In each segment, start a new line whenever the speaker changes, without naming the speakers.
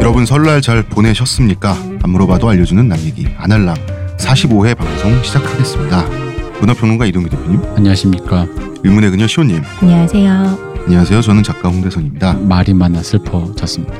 여러분 설날 잘 보내셨습니까? 안 물어봐도 알려주는 남 얘기 아날랑 45회 방송 시작하겠습니다. 문화평론가 이동규 대표님,
안녕하십니까.
의문의 그녀 시호님,
안녕하세요.
안녕하세요. 저는 작가 홍대선입니다.
말이 많아 슬퍼졌습니다.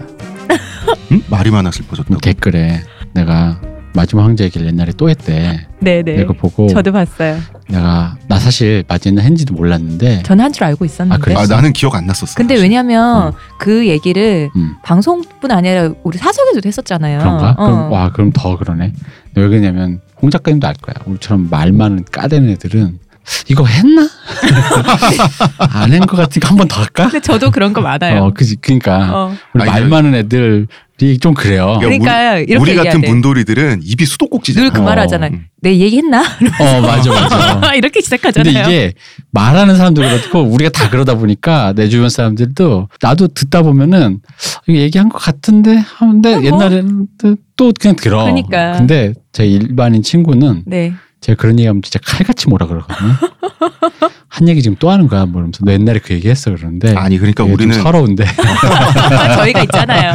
음? 말이 많아 슬퍼졌다고.
댓글에 내가 마지막 황제의 길 옛날에 또 했대.
네네.
이거 보고
저도 봤어요.
내가 나 사실 마지막 했는지도 몰랐는데
저는 한 줄 알고 있었는데.
아, 그래요?
아 나는 기억 안 났었어.
근데 왜냐면
음.
그 얘기를
음,
방송뿐 아니라 우리 사석에도 했었잖아요.
그런가?
어.
그럼 와 그럼 더 그러네. 왜 그러냐면 홍 작가님도 알 거야. 우리처럼 말 많은 까대는 애들은 이거 했나? 안 한 것 같으니까 한 번 더 할까?
근데 저도 그런 거 많아요.
어, 그지. 그러니까
네. 어.
우리
아니,
말
저-
많은 애들이 좀 그래요.
우리-
그러니까 이렇게
우리
얘기해야
같은
돼.
문돌이들은 입이 수도꼭지잖아.
늘 그
어.
말하잖아요.
음.
내 얘기했나?
어 맞아 맞아. 근데
이렇게 시작하잖아요.
이게 말하는 사람도 그렇고 우리가 다 그러다 보니까 내 주변 사람들도 나도 듣다 보면은 이거 얘기한 것 같은데 하는데
아, 뭐.
옛날에는 또 그냥 들어.
그러니까.
근데 제 일반인 친구는
네.
제가 그런 얘기하면 진짜 칼같이 뭐라 그러거든요. 한 얘기 지금 또 하는 거야 뭐 이러면서 너 옛날에 그 얘기했어 그러는데
아니
예,
그러니까
이게
우리는
좀 서러운데
저희가 있잖아요.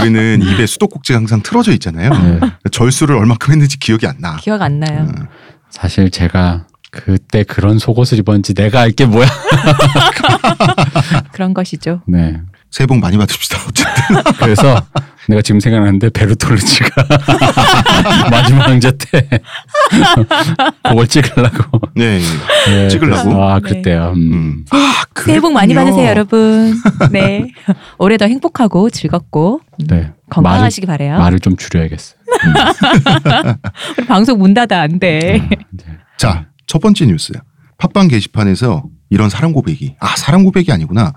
우리는 입에 수도꼭지가 항상 틀어져 있잖아요. 그러니까
네.
절수를 얼마큼 했는지 기억이 안 나.
음. 기억 안 나요.
음.
사실 제가 그때 그런 속옷을 입었는지 내가 알게 뭐야.
그런 것이죠.
네.
새해 복 많이 받읍시다. 어쨌든
그래서 내가 지금 생각나는데 베르톨루치가 마지막 황제 때 그걸 찍으려고
네.
네,
찍으려고?
그래서 아
네.
그때요. 음.
음. 아,
새해 복 많이
그랬군요.
받으세요, 여러분. 네. 올해 더 행복하고 즐겁고
네.
건강하시기 바래요.
말을, 말을 좀 줄여야겠어. 음.
우리 방송 문 닫아 안 돼.
아, 네.
자, 첫 번째 뉴스. 팟빵 게시판에서 이런 사랑 고백이. 아, 사랑 고백이 아니구나.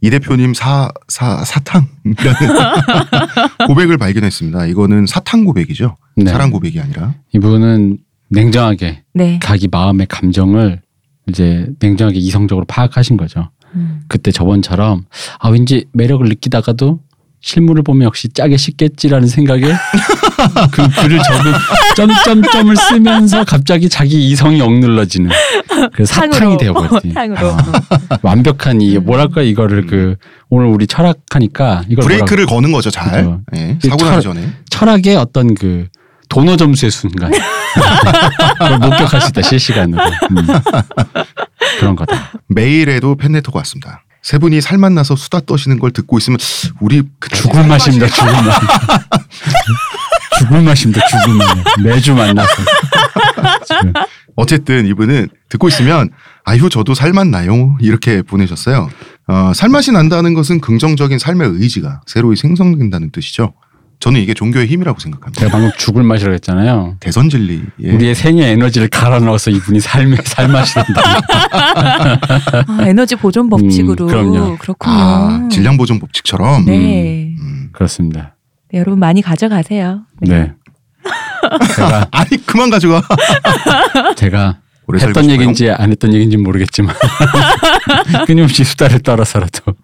이 대표님 사, 사, 사탕이라는 고백을 발견했습니다. 이거는 사탕 고백이죠.
네.
사랑 고백이 아니라.
이분은 냉정하게
네.
자기 마음의 감정을 이제 냉정하게 이성적으로 파악하신 거죠.
음.
그때 저번처럼 아 왠지 매력을 느끼다가도 실물을 보면 역시 짜게 씻겠지라는 생각에 그 글을 적은 점점점을 쓰면서 갑자기 자기 이성이 억눌러지는 그 사탕이
탕으로.
되어버렸지 아.
탕으로.
완벽한 이
음.
뭐랄까 이거를 그 오늘 우리 철학하니까 이걸
브레이크를 거는 거죠, 잘.
그죠.
예,
이
사고 나기
철-
전에.
뭐라- 철학의 어떤 그 도너 점수의 순간 그걸 목격할 수 있다 실시간으로 음. 그런 거다
메일에도 팬레터가 왔습니다. 세 분이 살 만나서 수다 떠시는 걸 듣고 있으면 우리 그
죽을 맛입니다 죽을 맛 죽을 맛입니다 죽을 맛 매주 만나서 지금.
어쨌든 이분은 듣고 있으면 아유 저도 살맛 나요 이렇게 보내셨어요. 어, 살맛이 난다는 것은 긍정적인 삶의 의지가 새로이 생성된다는 뜻이죠. 저는 이게 종교의 힘이라고 생각합니다.
제가 방금 죽을 맛이라고 했잖아요.
대선 진리의 예.
우리의 생의 에너지를 갈아 넣어서 이분이 삶에 살맛이 난다.
아, 에너지 보존 법칙으로.
음, 그럼요.
그렇군요.
아,
음.
질량 보존 법칙처럼
네.
음.
그렇습니다.
네, 여러분 많이 가져가세요.
네. 제가
아니 그만 가져가.
제가
오래 살고
했던
싶어요.
얘기인지 안 했던 얘기인지 모르겠지만 끊임없이 수다를 떨어서라도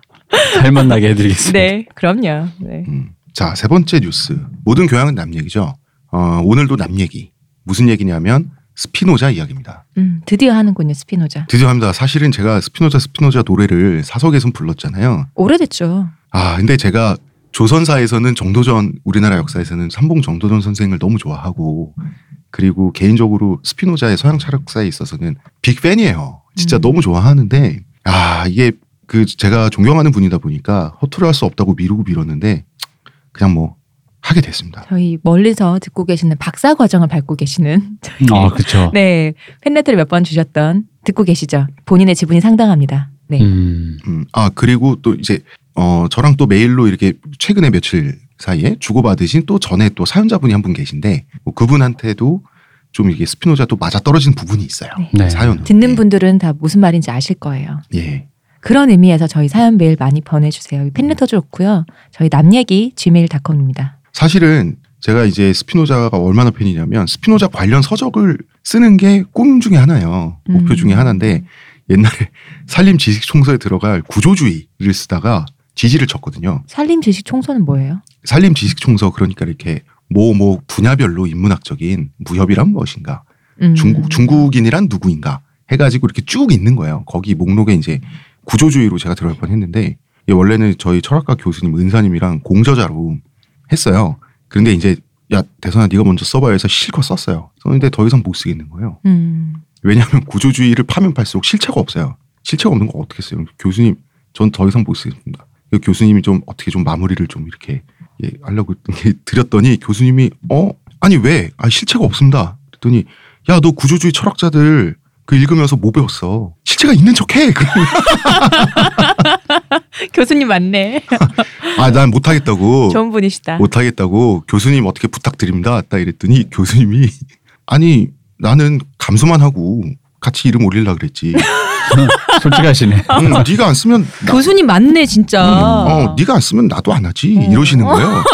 살맛 나게 해드리겠습니다.
네, 그럼요. 네.
음. 자, 세 번째 뉴스. 모든 교양은 남 얘기죠. 어, 오늘도 남 얘기. 무슨 얘기냐면 스피노자 이야기입니다.
음, 드디어 하는군요, 스피노자.
드디어 합니다. 사실은 제가 스피노자 스피노자 노래를 사석에선 불렀잖아요.
오래됐죠.
아, 근데 제가 조선사에서는 정도전 우리나라 역사에서는 삼봉 정도전 선생을 너무 좋아하고 그리고 개인적으로 스피노자의 서양 철학사에 있어서는 빅 팬이에요. 진짜
음.
너무 좋아하는데 아, 이게 그 제가 존경하는 분이다 보니까 허투루 할 수 없다고 미루고 미뤘는데 그냥 뭐 하게 됐습니다.
저희 멀리서 듣고 계시는 박사 과정을 밟고 계시는 저희
아 그렇죠.
네 팬레터를 몇 번 주셨던 듣고 계시죠. 본인의 지분이 상당합니다. 네.
음,
음, 아 그리고 또 이제 어 저랑 또 메일로 이렇게 최근에 며칠 사이에 주고받으신 또 전에 또 사연자분이 한 분 계신데 뭐 그분한테도 좀 이게 스피노자 또 맞아 떨어진 부분이 있어요.
네.
네.
사연
듣는 분들은 다 무슨 말인지 아실 거예요.
예.
그런 의미에서 저희 사연 메일 많이 보내주세요. 팬레터 좋고요. 저희 남 얘기 gmail.com입니다.
사실은 제가 이제 스피노자가 얼마나 팬이냐면 스피노자 관련 서적을 쓰는 게 꿈 중에 하나예요. 목표
음.
중에 하나인데 옛날에 산림 지식 총서에 들어갈 구조주의를 쓰다가 지지를 쳤거든요.
살림 지식 총선은 뭐예요?
산림 지식 총서 그러니까 이렇게 뭐 뭐 분야별로 인문학적인 무협이란 무엇인가
음.
중국 중국인이란 누구인가 해가지고 이렇게 쭉 있는 거예요. 거기 목록에 이제 예, 구조주의로 제가 들어갈 뻔했는데 이게 원래는 저희 철학과 교수님 은사님이랑 공저자로 했어요. 그런데 이제 야 대선아 네가 먼저 써봐요 해서 실컷 썼어요. 썼는데 더 이상 못 쓰겠는 거예요.
음.
왜냐하면 구조주의를 파면 팔수록 실체가 없어요. 실체가 없는 거 어떻게 써요? 교수님, 전 더 이상 못 쓰겠습니다. 그 교수님이 좀 어떻게 좀 마무리를 좀 이렇게 예, 하려고 이렇게 드렸더니 교수님이 어 아니 왜? 아 실체가 없습니다. 그랬더니 야 너 구조주의 철학자들 그 읽으면서 뭐 배웠어? 실체가 있는 척해.
교수님 맞네.
아난 못하겠다고.
좋은 분이시다.
어, 못하겠다고 교수님 어떻게 부탁드립니다. 딱 이랬더니 교수님이 아니 나는 감수만 하고 같이 이름 올릴라 그랬지.
솔직하시네.
응, 네가 안 쓰면 나,
교수님 맞네 진짜.
어, 네가 안 쓰면 나도 안 하지
어.
이러시는 거예요.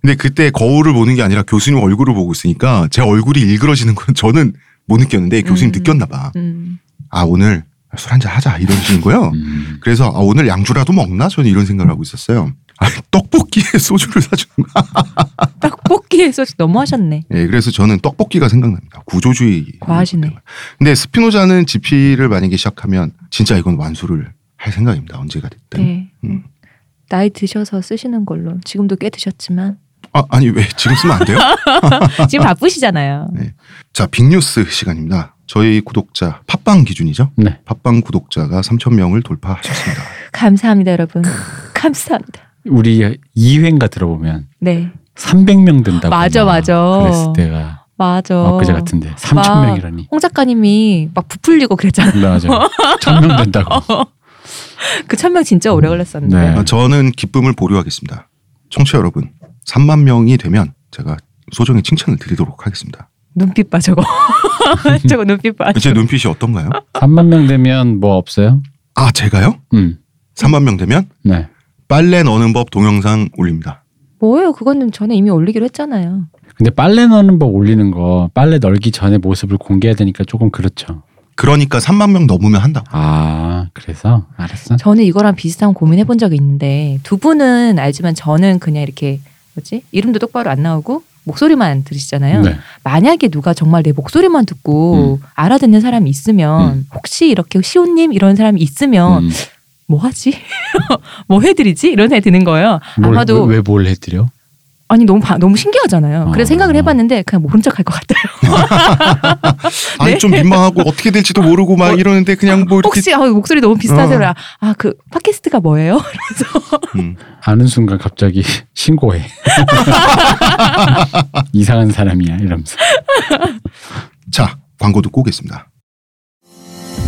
근데 그때 거울을 보는 게 아니라 교수님 얼굴을 보고 있으니까 제 얼굴이 일그러지는 건 저는 못 느꼈는데 교수님
음.
느꼈나 봐.
음.
아 오늘 술 한잔 하자 이러시는 거예요.
음.
그래서 아, 오늘 양주라도 먹나 저는 이런 생각을 하고 있었어요. 아, 떡볶이에 소주를 사주는 거.
떡볶이에 소식 너무 하셨네.
예, 그래서 저는 떡볶이가 생각납니다. 구조주의.
과하시네.
근데 스피노자는 GP를 만약에 시작하면 진짜 이건 완수를 할 생각입니다. 언제가 됐든.
네.
음.
나이 드셔서 쓰시는 걸로 지금도 꽤 드셨지만
아, 아니 왜 지금 쓰면 안 돼요?
지금 바쁘시잖아요.
자, 빅뉴스 시간입니다. 저희 구독자 팟빵 기준이죠.
네.
팟빵 구독자가 3천 명을 돌파하셨습니다.
감사합니다 여러분. 감사합니다.
우리 2회인가 들어보면
네.
300명 된다고.
맞아,
막
맞아. 어.
그랬을 때가
맞아.
엊그제 같은데 3,000명이라니.
홍 작가님이 막 부풀리고 그랬잖아.
맞아. 1,000명 된다고.
그 천명 진짜 오래 걸렸었는데.
네.
아, 저는 기쁨을 보류하겠습니다. 청취자 여러분, 3만 명이 되면 제가 소정의 칭찬을 드리도록 하겠습니다.
눈빛 봐 저거. 저거 눈빛 봐.
제 눈빛이 어떤가요?
3만 명 되면 뭐 없어요?
아, 제가요?
음.
3만 명 되면
네.
빨래 넣는 법 동영상 올립니다.
뭐예요? 그거는 전에 이미 올리기로 했잖아요.
근데 빨래 넣는 법 올리는 거 빨래 널기 전에 모습을 공개해야 되니까 조금 그렇죠.
그러니까 3만 명 넘으면 한다고.
아 그래서 알았어.
저는 이거랑 비슷한 고민해 본 적이 있는데 두 분은 알지만 저는 그냥 이렇게 뭐지 이름도 똑바로 안 나오고 목소리만 들으시잖아요.
네.
만약에 누가 정말 내 목소리만 듣고 알아듣는 사람이 있으면 혹시 이렇게 시온님 이런 사람이 있으면
음.
뭐 하지? 뭐 해드리지? 이런 생각이 드는 거예요.
뭘,
아마도
왜 뭘 해드려?
아니 너무 바- 너무 신기하잖아요.
아.
그래서 생각을 해봤는데 그냥 모른 척할 것 같아요.
아니
네.
좀 민망하고 어떻게 될지도 모르고 막
뭐,
이러는데 그냥 뭐 이렇게
혹시 아, 목소리 너무 비슷하세요?
어.
아 그 팟캐스트가 뭐예요? 이러면서
음.
아는 순간 갑자기 신고해. 이상한 사람이야 이러면서.
자 광고 듣고 오겠습니다.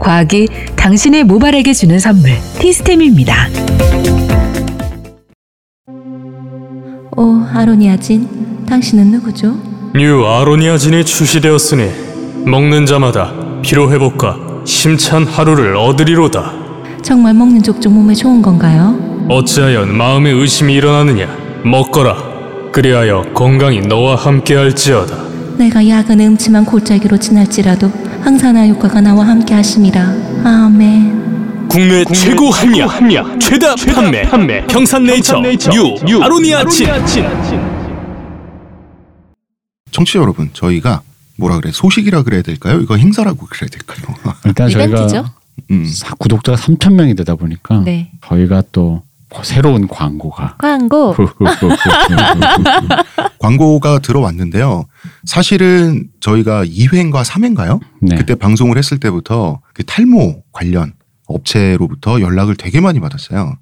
과학이 당신의 모발에게 주는 선물 티스템입니다.
오 어, 아로니아진 당신은 누구죠?
뉴 아로니아진이 출시되었으니 먹는 자마다 피로 회복과 심찬 하루를 얻으리로다.
정말 먹는 족족 몸에 좋은 건가요?
어찌하여 마음에 의심이 일어나느냐? 먹거라. 그리하여 건강이 너와 함께할지어다.
내가 약은 음침한 골짜기로 지날지라도 항산화 효과가 나와 함께 하심이라 아멘
국내, 최고 함량, 최다, 판매, 평산네이처, 뉴, 아로니아진.
청취자 여러분 저희가 뭐라 그래 소식이라 그래야 될까요? 이거 행사라고 그래야 될까요?
일단
이벤트죠?
그러니까 저희가
음.
사- 구독자가 3천 명이 되다 보니까
네
저희가 또뭐 새로운 광고가.
광고
광고가 들어왔는데요. 사실은 저희가 2회인가 3회인가요?
네.
그때 방송을 했을 때부터 그 탈모 관련 업체로부터 연락을 되게 많이 받았어요.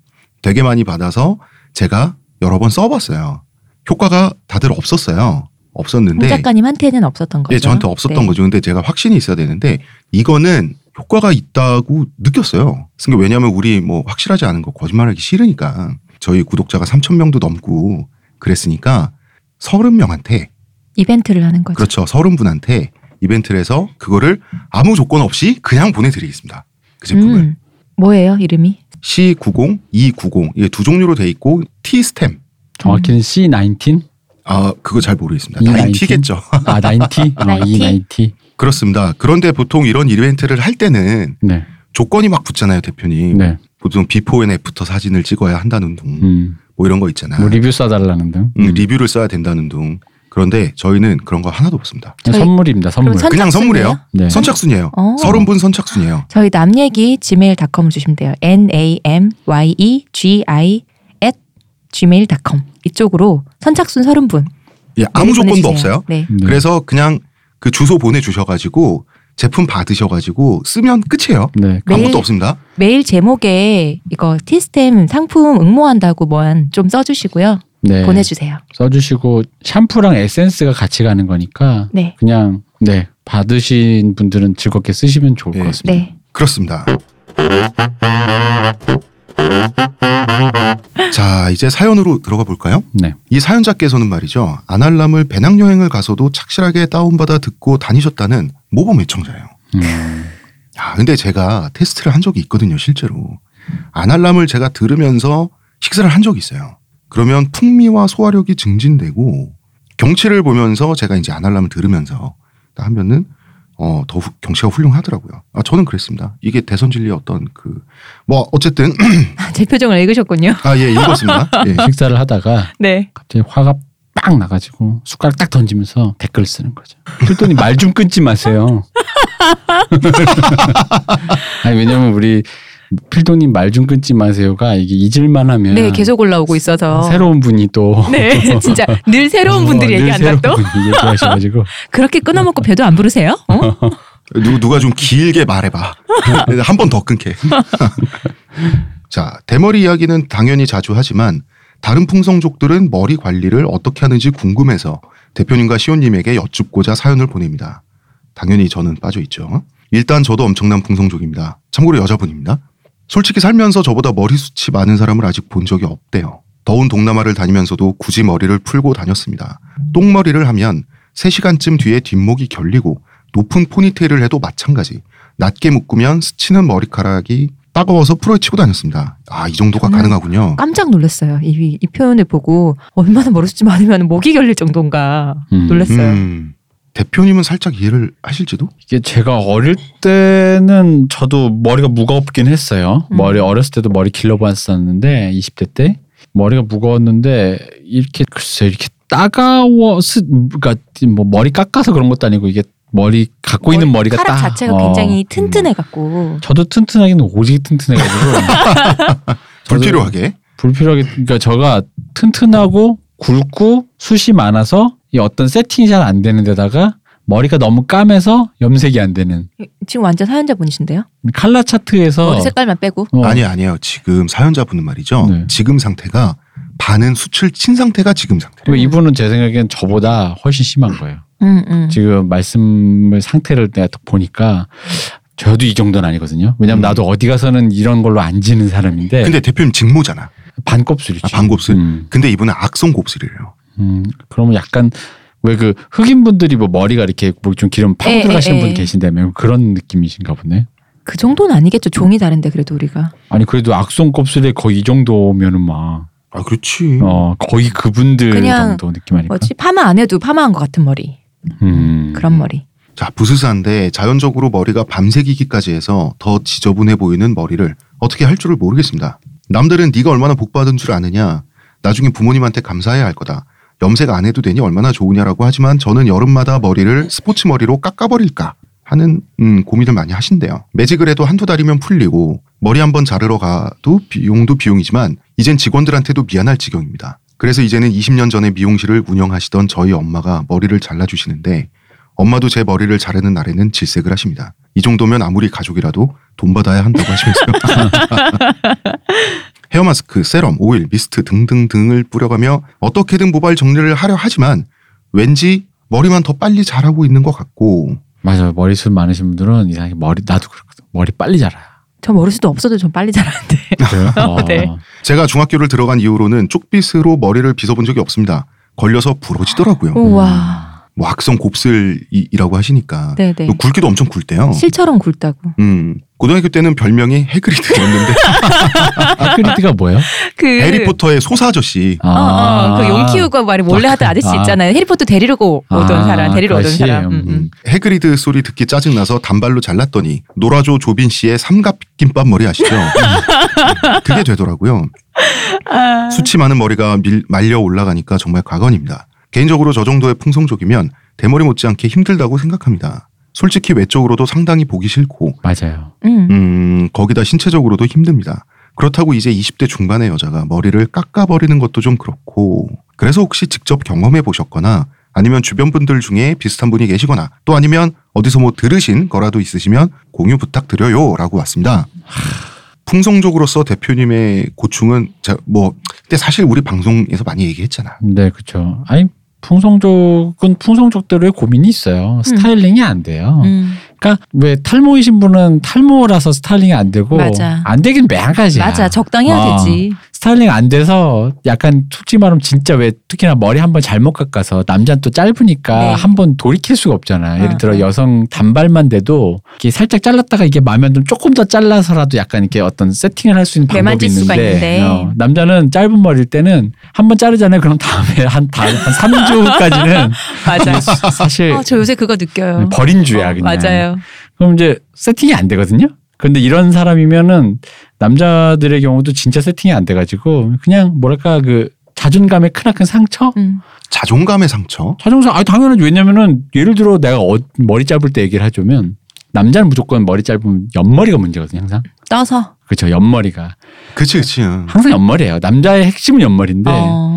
되게 많이 받아서 제가 여러 번 써봤어요. 효과가 다들 없었어요.
홍
없었는데
작가님한테는 없었던 거죠?
예, 저한테 없었던
네.
거죠. 근데 제가 확신이 있어야 되는데 이거는 효과가 있다고 느꼈어요. 그러니까 왜냐하면 우리 뭐 확실하지 않은 거 거짓말하기 싫으니까 저희 구독자가 3천 명도 넘고 그랬으니까 30명한테
이벤트를 하는 거죠
그렇죠. 서른 분한테 이벤트를 해서 그거를 아무 조건 없이 그냥 보내드리겠습니다. 그 제품을
음. 뭐예요 이름이?
C90, E90 이게 두 종류로 돼 있고 T 스템
정확히는 C19
아 그거 잘 모르겠습니다.
이
나인티겠죠.
아, 90? 어, 이 90.
그렇습니다. 그런데 보통 이런 이벤트를 할 때는
네.
조건이 막 붙잖아요, 대표님.
네.
보통 비포 앤 애프터 사진을 찍어야 한다는 둥,
음.
뭐 이런 거 있잖아.
뭐 리뷰 써달라는 등.
음, 리뷰를 써야 된다는 둥. 그런데 저희는 그런 거 하나도 없습니다.
그냥
저희-
네, 선물입니다. 선물.
그럼 선-
그냥
선착순이에요?
선물이에요.
네.
선착순이에요.
어.
서른 분 선착순이에요.
저희 남얘기 gmail.com 주시면 돼요. n a m y e g i at gmail.com 이쪽으로 선착순 30분
예, 아무 조건도 없어요.
네.
네.
그래서 그냥 그 주소 보내주셔가지고 제품 받으셔가지고 쓰면 끝이에요.
네.
매일-
아무것도 없습니다.
메일 제목에 이거 티스템 상품 응모한다고만 좀 써주시고요.
네.
보내주세요.
써주시고 샴푸랑 에센스가 같이 가는 거니까
네.
그냥 네 받으신 분들은 즐겁게 쓰시면 좋을
네.
것 같습니다.
네.
그렇습니다. 자, 이제 사연으로 들어가 볼까요?
네.
이 사연자께서는 말이죠. 아날람을 배낭여행을 가서도 착실하게 다운받아 듣고 다니셨다는 모범 애청자예요.
음,
야, 근데 제가 테스트를 한 적이 있거든요, 실제로. 아날람을 제가 들으면서 식사를 한 적이 있어요. 그러면 풍미와 소화력이 증진되고 경치를 보면서 제가 이제 아날람을 들으면서 하면은 어, 더 후- 경치가 훌륭하더라고요. 아, 저는 그랬습니다. 이게 대선 진리의 어떤 그, 뭐, 어쨌든,
아, 제 표정을 읽으셨군요.
아, 예, 읽었습니다. 예.
식사를 하다가
네.
갑자기 화가 빵 나가지고 숟가락 딱 던지면서 댓글 쓰는 거죠. 그랬더니 말 좀 끊지 마세요. 아니 왜냐면 우리 필도님 말 좀 끊지 마세요가 이게 잊을만 하면
네, 계속 올라오고 있어서.
음. 새로운 분이 또
네, 진짜 늘 새로운 분들이
어, 늘
얘기한다
새로운
또.
분이 얘기하셔가지고
그렇게 끊어먹고 배도 안 부르세요? 어?
예. 누, 누가 좀 길게 말해봐. 한 번 더 끊게. 자, 대머리 이야기는 당연히 자주 하지만 다른 풍성족들은 머리 관리를 어떻게 하는지 궁금해서 대표님과 시온님에게 여쭙고자 사연을 보냅니다. 당연히 저는 빠져있죠. 일단 저도 엄청난 풍성족입니다. 참고로 여자분입니다. 솔직히 살면서 저보다 머리숱이 많은 사람을 아직 본 적이 없대요. 더운 동남아를 다니면서도 굳이 머리를 풀고 다녔습니다. 똥머리를 하면 3시간쯤 뒤에 뒷목이 결리고 높은 포니테일을 해도 마찬가지. 낮게 묶으면 스치는 머리카락이 따가워서 풀어치고 다녔습니다. 아, 이 정도가
저는
가능하군요.
깜짝 놀랐어요. 이, 이 표현을 보고 얼마나 머리숱이 많으면 목이 결릴 정도인가
음.
놀랐어요.
음, 대표님은 살짝 이해를 하실지도?
이게 제가 어릴 때는 저도 머리가 무겁긴 했어요.
음.
머리 어렸을 때도 머리 길러봤었는데 20대 때 머리가 무거웠는데 이렇게 글쎄 이렇게 따가워 스 그러니까 뭐 머리 깎아서 그런 것도 아니고 이게 머리 갖고 있는 머리가
카락
따
자체가
어,
굉장히
음.
튼튼해 갖고
저도 튼튼하기는 오직 튼튼해가지고 저도
불필요하게.
불필요하게 그러니까 저가 튼튼하고 굵고 숱이 많아서 이 어떤 세팅이 잘 안 되는 데다가 머리가 너무 까매서 염색이 안 되는
지금 완전 사연자 분이신데요.
칼라 차트에서
머리 색깔만 빼고
어,
아니, 아니에요. 지금 사연자분은 말이죠.
네.
지금 상태가 반은 수출 친 상태가 지금 상태예요.
그리고 이분은 제 생각엔 저보다 훨씬 심한 거예요.
음, 음.
지금 말씀의 상태를 내가 딱 보니까 저도 이 정도는 아니거든요. 왜냐면
음.
나도 어디 가서는 이런 걸로 안 지는 사람인데
근데 대표님 직모잖아.
반곱슬이죠.
아, 반곱슬.
음,
근데 이분은 악성 곱슬이래요.
음, 그러면 약간 왜 그 흑인 분들이 뭐 머리가 이렇게 뭐 좀 기름
에,
파고
에,
들어가시는 분
에.
계신다면 그런 느낌이신가 보네.
그 정도는 아니겠죠. 종이 다른데 그래도 우리가
아니 그래도 악성 곱슬에 거의 이 정도면은 막
아, 그렇지.
어, 거의 그분들
그냥
정도 느낌 아닐까?
뭐지 파마 안 해도 파마한 것 같은 머리
음.
그런 머리.
자, 부스스한데 자연적으로 머리가 밤새기기까지 해서 더 지저분해 보이는 머리를 어떻게 할 줄을 모르겠습니다. 남들은 네가 얼마나 복받은 줄 아느냐. 나중에 부모님한테 감사해야 할 거다. 염색 안 해도 되니 얼마나 좋으냐라고 하지만 저는 여름마다 머리를 스포츠 머리로 깎아버릴까 하는 음, 고민을 많이 하신대요. 매직을 해도 한두 달이면 풀리고 머리 한번 자르러 가도 비용도 비용이지만 이젠 직원들한테도 미안할 지경입니다. 그래서 이제는 20년 전에 미용실을 운영하시던 저희 엄마가 머리를 잘라주시는데 엄마도 제 머리를 자르는 날에는 질색을 하십니다. 이 정도면 아무리 가족이라도 돈 받아야 한다고 하시면서요. 헤어 마스크, 세럼, 오일, 미스트 등등등을 뿌려가며 어떻게든 모발 정리를 하려 하지만 왠지 머리만 더 빨리 자라고 있는 것 같고
맞아요. 머리숱 많으신 분들은 이상하게 머리 나도 그렇거든. 머리 빨리 자라요.
저 머리숱도 없어도 전 빨리 자라는데.
어,
네.
제가 중학교를
음.
들어간 이후로는 쪽빗으로 머리를 빗어본 적이 없습니다. 걸려서 부러지더라고요.
우와.
뭐 악성 곱슬이라고 하시니까
네네.
또 굵기도 엄청
어.
굵대요.
실처럼 굵다고.
음 고등학교 때는 별명이 해그리드였는데
아크리드가 뭐예요?
그
해리포터의 소사 아저씨
아,
어, 그용 키우고 말이 몰래
아,
하던 아저씨
아.
있잖아요. 해리포터 데리러 고- 오던
아,
사람, 데리러
그
오던
아저씨예요.
사람. 음, 음.
음. 해그리드 소리 듣기 짜증나서 단발로 잘랐더니 노라조 조빈 씨의 삼각김밥 머리 아시죠? 음. 그게 되더라고요.
아.
수치 많은 머리가 밀- 말려 올라가니까 정말 과건입니다. 개인적으로 저 정도의 풍성족이면 대머리 못지않게 힘들다고 생각합니다. 솔직히 외적으로도 상당히 보기 싫고
맞아요.
음.
음, 거기다 신체적으로도 힘듭니다. 그렇다고 이제 20대 중반의 여자가 머리를 깎아버리는 것도 좀 그렇고, 그래서 혹시 직접 경험해 보셨거나, 아니면 주변 분들 중에 비슷한 분이 계시거나, 또 아니면 어디서 뭐 들으신 거라도 있으시면 공유 부탁드려요. 라고 왔습니다. 풍성족으로서 대표님의 고충은, 자, 뭐, 근데 사실 우리 방송에서 많이 얘기했잖아.
네, 그렇죠. 아니 풍성족은 풍성족대로의 고민이 있어요. 스타일링이 안 돼요.
음.
그러니까 왜 탈모이신 분은 탈모라서 스타일링이 안 되고
맞아.
안 되긴 매한가지야.
맞아, 적당해야
아.
되지.
스타일링 안 돼서 약간 솔직히 말하면 진짜 왜 특히나 머리 한번 잘못 깎아서 남자는 또 짧으니까
네.
한번 돌이킬 수가 없잖아. 예를
어,
들어
어.
여성 단발만 돼도 이게 살짝 잘랐다가 이게 마음에 안 들면 조금 더 잘라서라도 약간 이렇게 어떤 세팅을 할 수 있는 방법이
매만질
있는데,
수가 있는데.
어, 남자는 짧은 머리일 때는 한번 자르잖아요. 그럼 다음에 한, 다, 한 3주 후까지는
맞아.
사실
어, 저 요새 그거 느껴요.
버린 음, 주야
어,
그냥.
맞아요.
그럼 이제 세팅이 안 되거든요. 그런데 이런 사람이면은 남자들의 경우도 진짜 세팅이 안 돼가지고 그냥 뭐랄까 그 자존감의 크나큰 상처?
음.
자존감의 상처?
자존감, 아 당연하지. 왜냐면은 예를 들어 내가 어- 머리 짧을 때 얘기를 해주면 남자는 무조건 머리 짧으면 옆머리가 문제거든요, 항상.
떠서.
그렇죠, 옆머리가
그치, 그치. 응.
항상 옆머리예요. 남자의 핵심은 옆머리인데
어.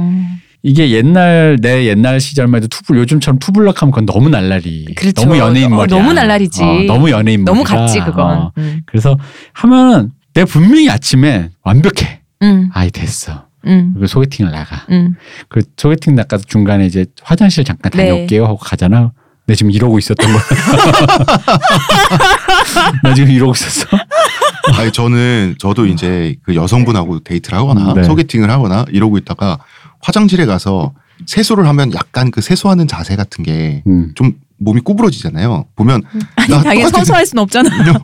이게 옛날 내 옛날 시절만 해도 투블 요즘처럼 투블럭하면 그건 너무 날라리,
그렇죠.
너무 연예인
어,
머리야.
너무 날라리지.
어, 너무 연예인
너무
머리라.
같지 그건.
어,
음.
그래서 하면은 내가 분명히 아침에 완벽해.
음.
아이 됐어.
음.
그리고 소개팅을 나가.
음.
그 소개팅 나가서 중간에 이제 화장실 잠깐
네.
다녀올게요 하고 가잖아. 내 지금 이러고 있었던 거야. 나 지금 이러고 있었어.
아니 저는 저도 이제 그 여성분하고 데이트를 하거나
네.
소개팅을 하거나 이러고 있다가 화장실에 가서 세수를 하면 약간 그 세수하는 자세 같은 게 좀
음.
몸이 구부러지잖아요. 보면
음. 아니
나
당연히
똑같은
서서할 순 없잖아.
생각-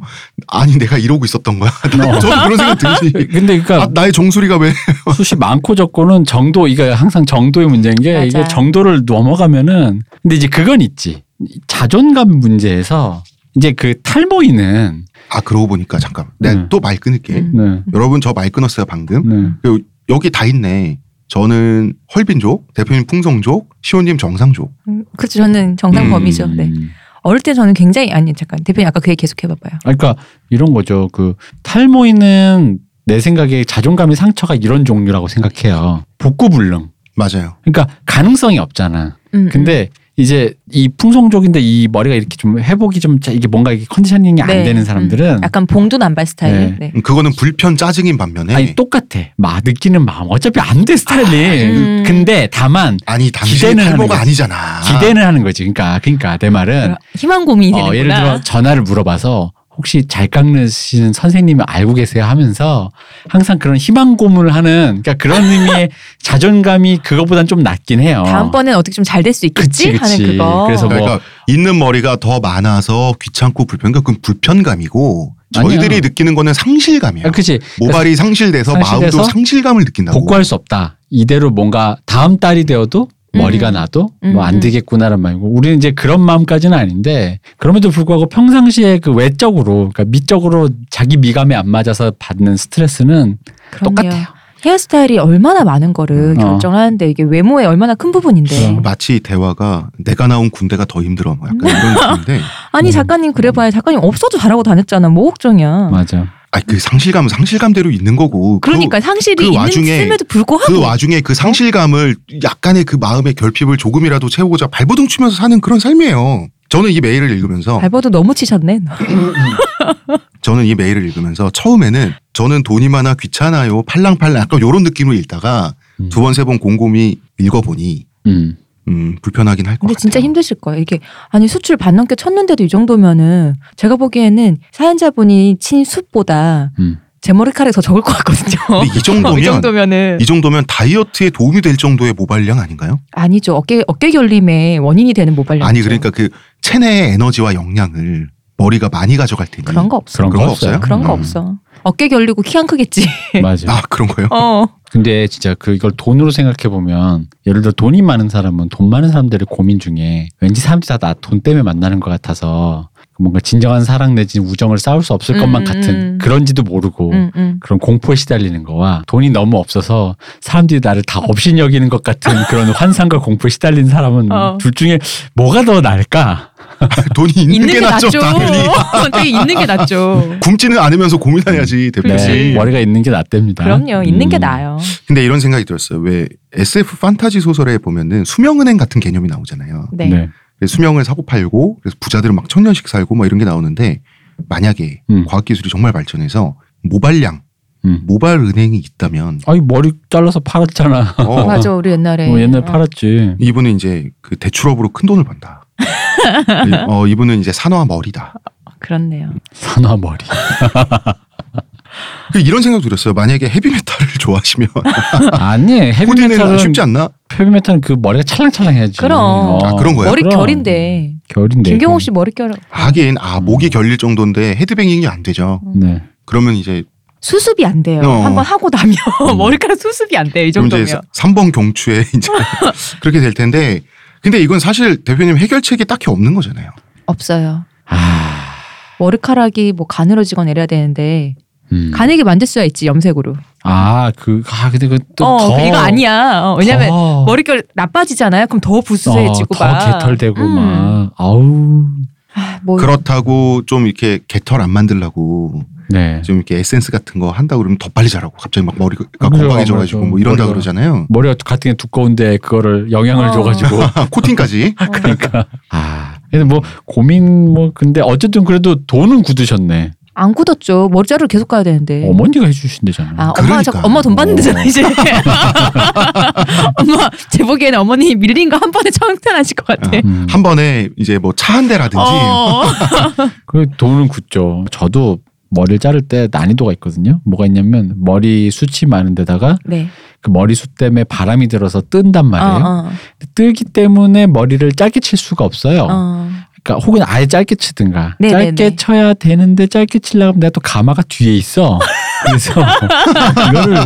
아니 내가 이러고 있었던 거야. 저도 그런 생각 들지.
근데
아,
어. 그러니까
나의 정수리가 왜?
숱이 많고 적고는 정도 이게 항상 정도의 문제인 게
맞아.
이게 정도를 넘어가면은 근데 이제 그건 있지. 자존감 문제에서 이제 그 탈모인은
아 그러고 보니까 잠깐. 내가
네.
또 말 끊을게.
음.
네.
여러분 저 말 끊었어요 방금.
네.
여기 다 있네. 저는 헐빈족, 대표님 풍성족, 시온님 정상족.
음, 그렇죠. 저는 정상범이죠. 네.
음.
어릴 때 저는 굉장히 아니 잠깐 대표님 아까 그 얘기 계속 해봐봐요.
아, 그러니까 이런 거죠. 그 탈모인은 내 생각에 자존감의 상처가 이런 종류라고 생각해요. 복구불능.
맞아요.
그러니까 가능성이 없잖아.
음, 음.
근데 이제 이 풍성족인데 이 머리가 이렇게 좀 회복이 좀 자- 이게 뭔가 이게 컨디셔닝이 안
네.
되는
음,
사람들은
약간 봉두 남발 스타일. 네.
그거는 불편 짜증인 반면에
아니 똑같아. 마 느끼는 마음. 어차피 안 돼 스타일링.
음.
근데 다만
아니 당신이
기대는 하는
탈모가
거지.
아니잖아.
기대는 하는 거지. 그러니까 그러니까 내
아.
말은
희망 고민이 되는구나.
어, 예를 들어 전화를 물어봐서 혹시 잘 깎으시는 선생님을 알고 계세요 하면서 항상 그런 희망 고문을 하는 그러니까 그런 의미의 자존감이 그거보단 좀 낮긴 해요.
다음번엔 어떻게 좀 잘 될 수 있겠지
그치, 그치.
하는 그거.
그래서 뭐-
그러니까 있는 머리가 더 많아서 귀찮고 불편감 그러니까 그건 불편감이고 저희들이
아니야.
느끼는 거는 상실감이에요.
아, 그치.
모발이 상실돼서,
상실돼서
마음도 상실감을 느낀다고.
복구할 수 없다. 이대로 뭔가 다음 달이 되어도 머리가
음.
나도
음,
뭐 안
음.
되겠구나란 말이고 우리는 이제 그런 마음까지는 아닌데 그럼에도 불구하고 평상시에 그 외적으로 그러니까 미적으로 자기 미감에 안 맞아서 받는 스트레스는
그럼요.
똑같아요.
헤어스타일이 얼마나 많은 거를
어.
결정하는데 을 이게 외모에 얼마나 큰 부분인데.
그럼.
마치 이 대화가 내가 나온 군대가 더 힘들어 뭐
음.
약간 이런 느낌인데
아니 작가님 그래봐야 작가님 없어도 잘하고 다녔잖아. 뭐 걱정이야.
맞아.
아니 그 상실감은 상실감대로 있는 거고 그-
그러니까 상실이
그
있는
와중에
셈에도
그,
불구하고
와중에 그 상실감을 약간의 그 마음의 결핍을 조금이라도 채우고자 발버둥 치면서 사는 그런 삶이에요. 저는 이 메일을 읽으면서
발버둥 너무 치셨네.
어. 저는 이 메일을 읽으면서 처음에는 저는 돈이 많아 귀찮아요 팔랑팔랑 약간 요런 느낌으로 읽다가
음.
두 번 세 번 곰곰이 읽어보니
음.
음, 불편하긴 할 것
근데
같아요.
진짜 힘드실 거예요. 이게 아니 수출 반 넘게 쳤는데도 이 정도면은 제가 보기에는 사연자분이 친 숲보다
음.
제 머리카락이 더 적을 것 같거든요.
근데 이 정도면
이 정도면은
이 정도면 다이어트에 도움이 될 정도의 모발량 아닌가요?
아니죠. 어깨 어깨 결림의 원인이 되는 모발량.
아니 그러니까 그 체내의 에너지와 영양을 머리가 많이 가져갈 테니
그런 거 없어.
음. 그런 거 없어요?
그런 거
음.
없어. 어깨 결리고 키 안 크겠지.
맞아.
아 그런 거요?
어.
근데 진짜 그걸 돈으로 생각해 보면 예를 들어 돈이 많은 사람은 돈 많은 사람들의 고민 중에 왠지 사람들이 다 나 돈 때문에 만나는 것 같아서 뭔가 진정한 사랑 내지 우정을 쌓을 수 없을
음,
것만
음,
같은
음.
그런지도 모르고
음, 음.
그런 공포에 시달리는 거와 돈이 너무 없어서 사람들이 나를 다 없인 여기는 것 같은 그런 환상과 공포에 시달린 사람은
어.
둘 중에 뭐가 더 나을까?
돈이 있는,
있는
게 낫죠 당연히
되게 있는 게 낫죠.
굶지는 않으면서 고민해야지 대표님
네,
그렇지.
머리가 있는 게 낫답니다.
그럼요. 있는
음.
게 나아요.
근데 이런 생각이 들었어요 왜 SF 판타지 소설에 보면은 수명은행 같은 개념이 나오잖아요
네.
네.
그래서 수명을 사고 팔고 그래서 부자들은 막 천년씩 살고 뭐 이런 게 나오는데 만약에
음.
과학기술이 정말 발전해서 모발량
음.
모발 은행이 있다면
아니 머리 잘라서 팔았잖아.
어,
맞아. 우리 옛날에
어, 옛날
어.
에 팔았지.
이분은 이제 그 대출업으로 큰 돈을 번다. 어 이분은 이제 산화 머리다.
어, 그렇네요.
산화 머리.
그 이런 생각 들었어요. 만약에 헤비메탈을 좋아하시면
아니
코디는
헤비메탈은
쉽지 않나?
헤비메탈은 그 머리가 찰랑찰랑해야지. 어.
그럼.
아, 그런 거야?
머리
그럼.
결인데
결인데.
김경호 씨 머리 결
하긴 아
음.
목이 결릴 정도인데 헤드뱅잉이 안 되죠.
이건. 네.
그러면 이제
수습이 안 돼요.
어. 음.
한번 하고 나면 머리카락 수습이 안 돼요. 이
그럼
정도면.
이제 3번 경추에 이제 그렇게 될 텐데 근데 이건 사실 대표님 해결책이 딱히 없는 거잖아요.
없어요.
아.
머리카락이 뭐 가늘어지거나 이래야 되는데
음.
가늘게 만들 수야 있지 염색으로.
아, 그, 아, 근데 그또
어,
더.
그 이거 아니야. 어, 왜냐면
더-
머릿결 나빠지잖아요. 그럼 더 부스해지고
어,
막.
더 개털되고
음.
막. 아우.
아, 뭐
그렇다고 좀 이렇게 개털 안 만들려고
네.
좀 이렇게 에센스 같은 거 한다 그러면 더 빨리 자라고 갑자기 막 머리가
아무래도
건강해져가지고 뭐 이런다
머리가.
그러잖아요.
머리가 같은 게 두꺼운데 그거를 영향을
어.
줘가지고
아, 코팅까지.
어.
그러니까 아 근데 뭐 고민 뭐 근데 어쨌든 그래도 돈은 굳으셨네
안 굳었죠. 머리 자르러 계속 가야 되는데.
어머니가 해주신대잖아
네. 아,
요
엄마 저
그러니까.
엄마 돈 받는 데잖아
어.
이제. 엄마 제 보기에는 어머니 밀린 거 한 번에 청산하실 것 같아.
아, 한 번에 이제 뭐 차 한 대라든지
음. 어.
그 돈은 굳죠. 저도 머리를 자를 때 난이도가 있거든요. 뭐가 있냐면 머리 숱이 많은 데다가
네.
그 머리 숱 때문에 바람이 들어서 뜬단
어,
말이에요.
어,
근데 뜨기 때문에 머리를 짧게 칠 수가 없어요.
어.
그러니까 혹은 아예 짧게 치든가.
네,
짧게
네, 네.
쳐야 되는데 짧게 치려고 하면 내가 또 가마가 뒤에 있어. 그래서 이거를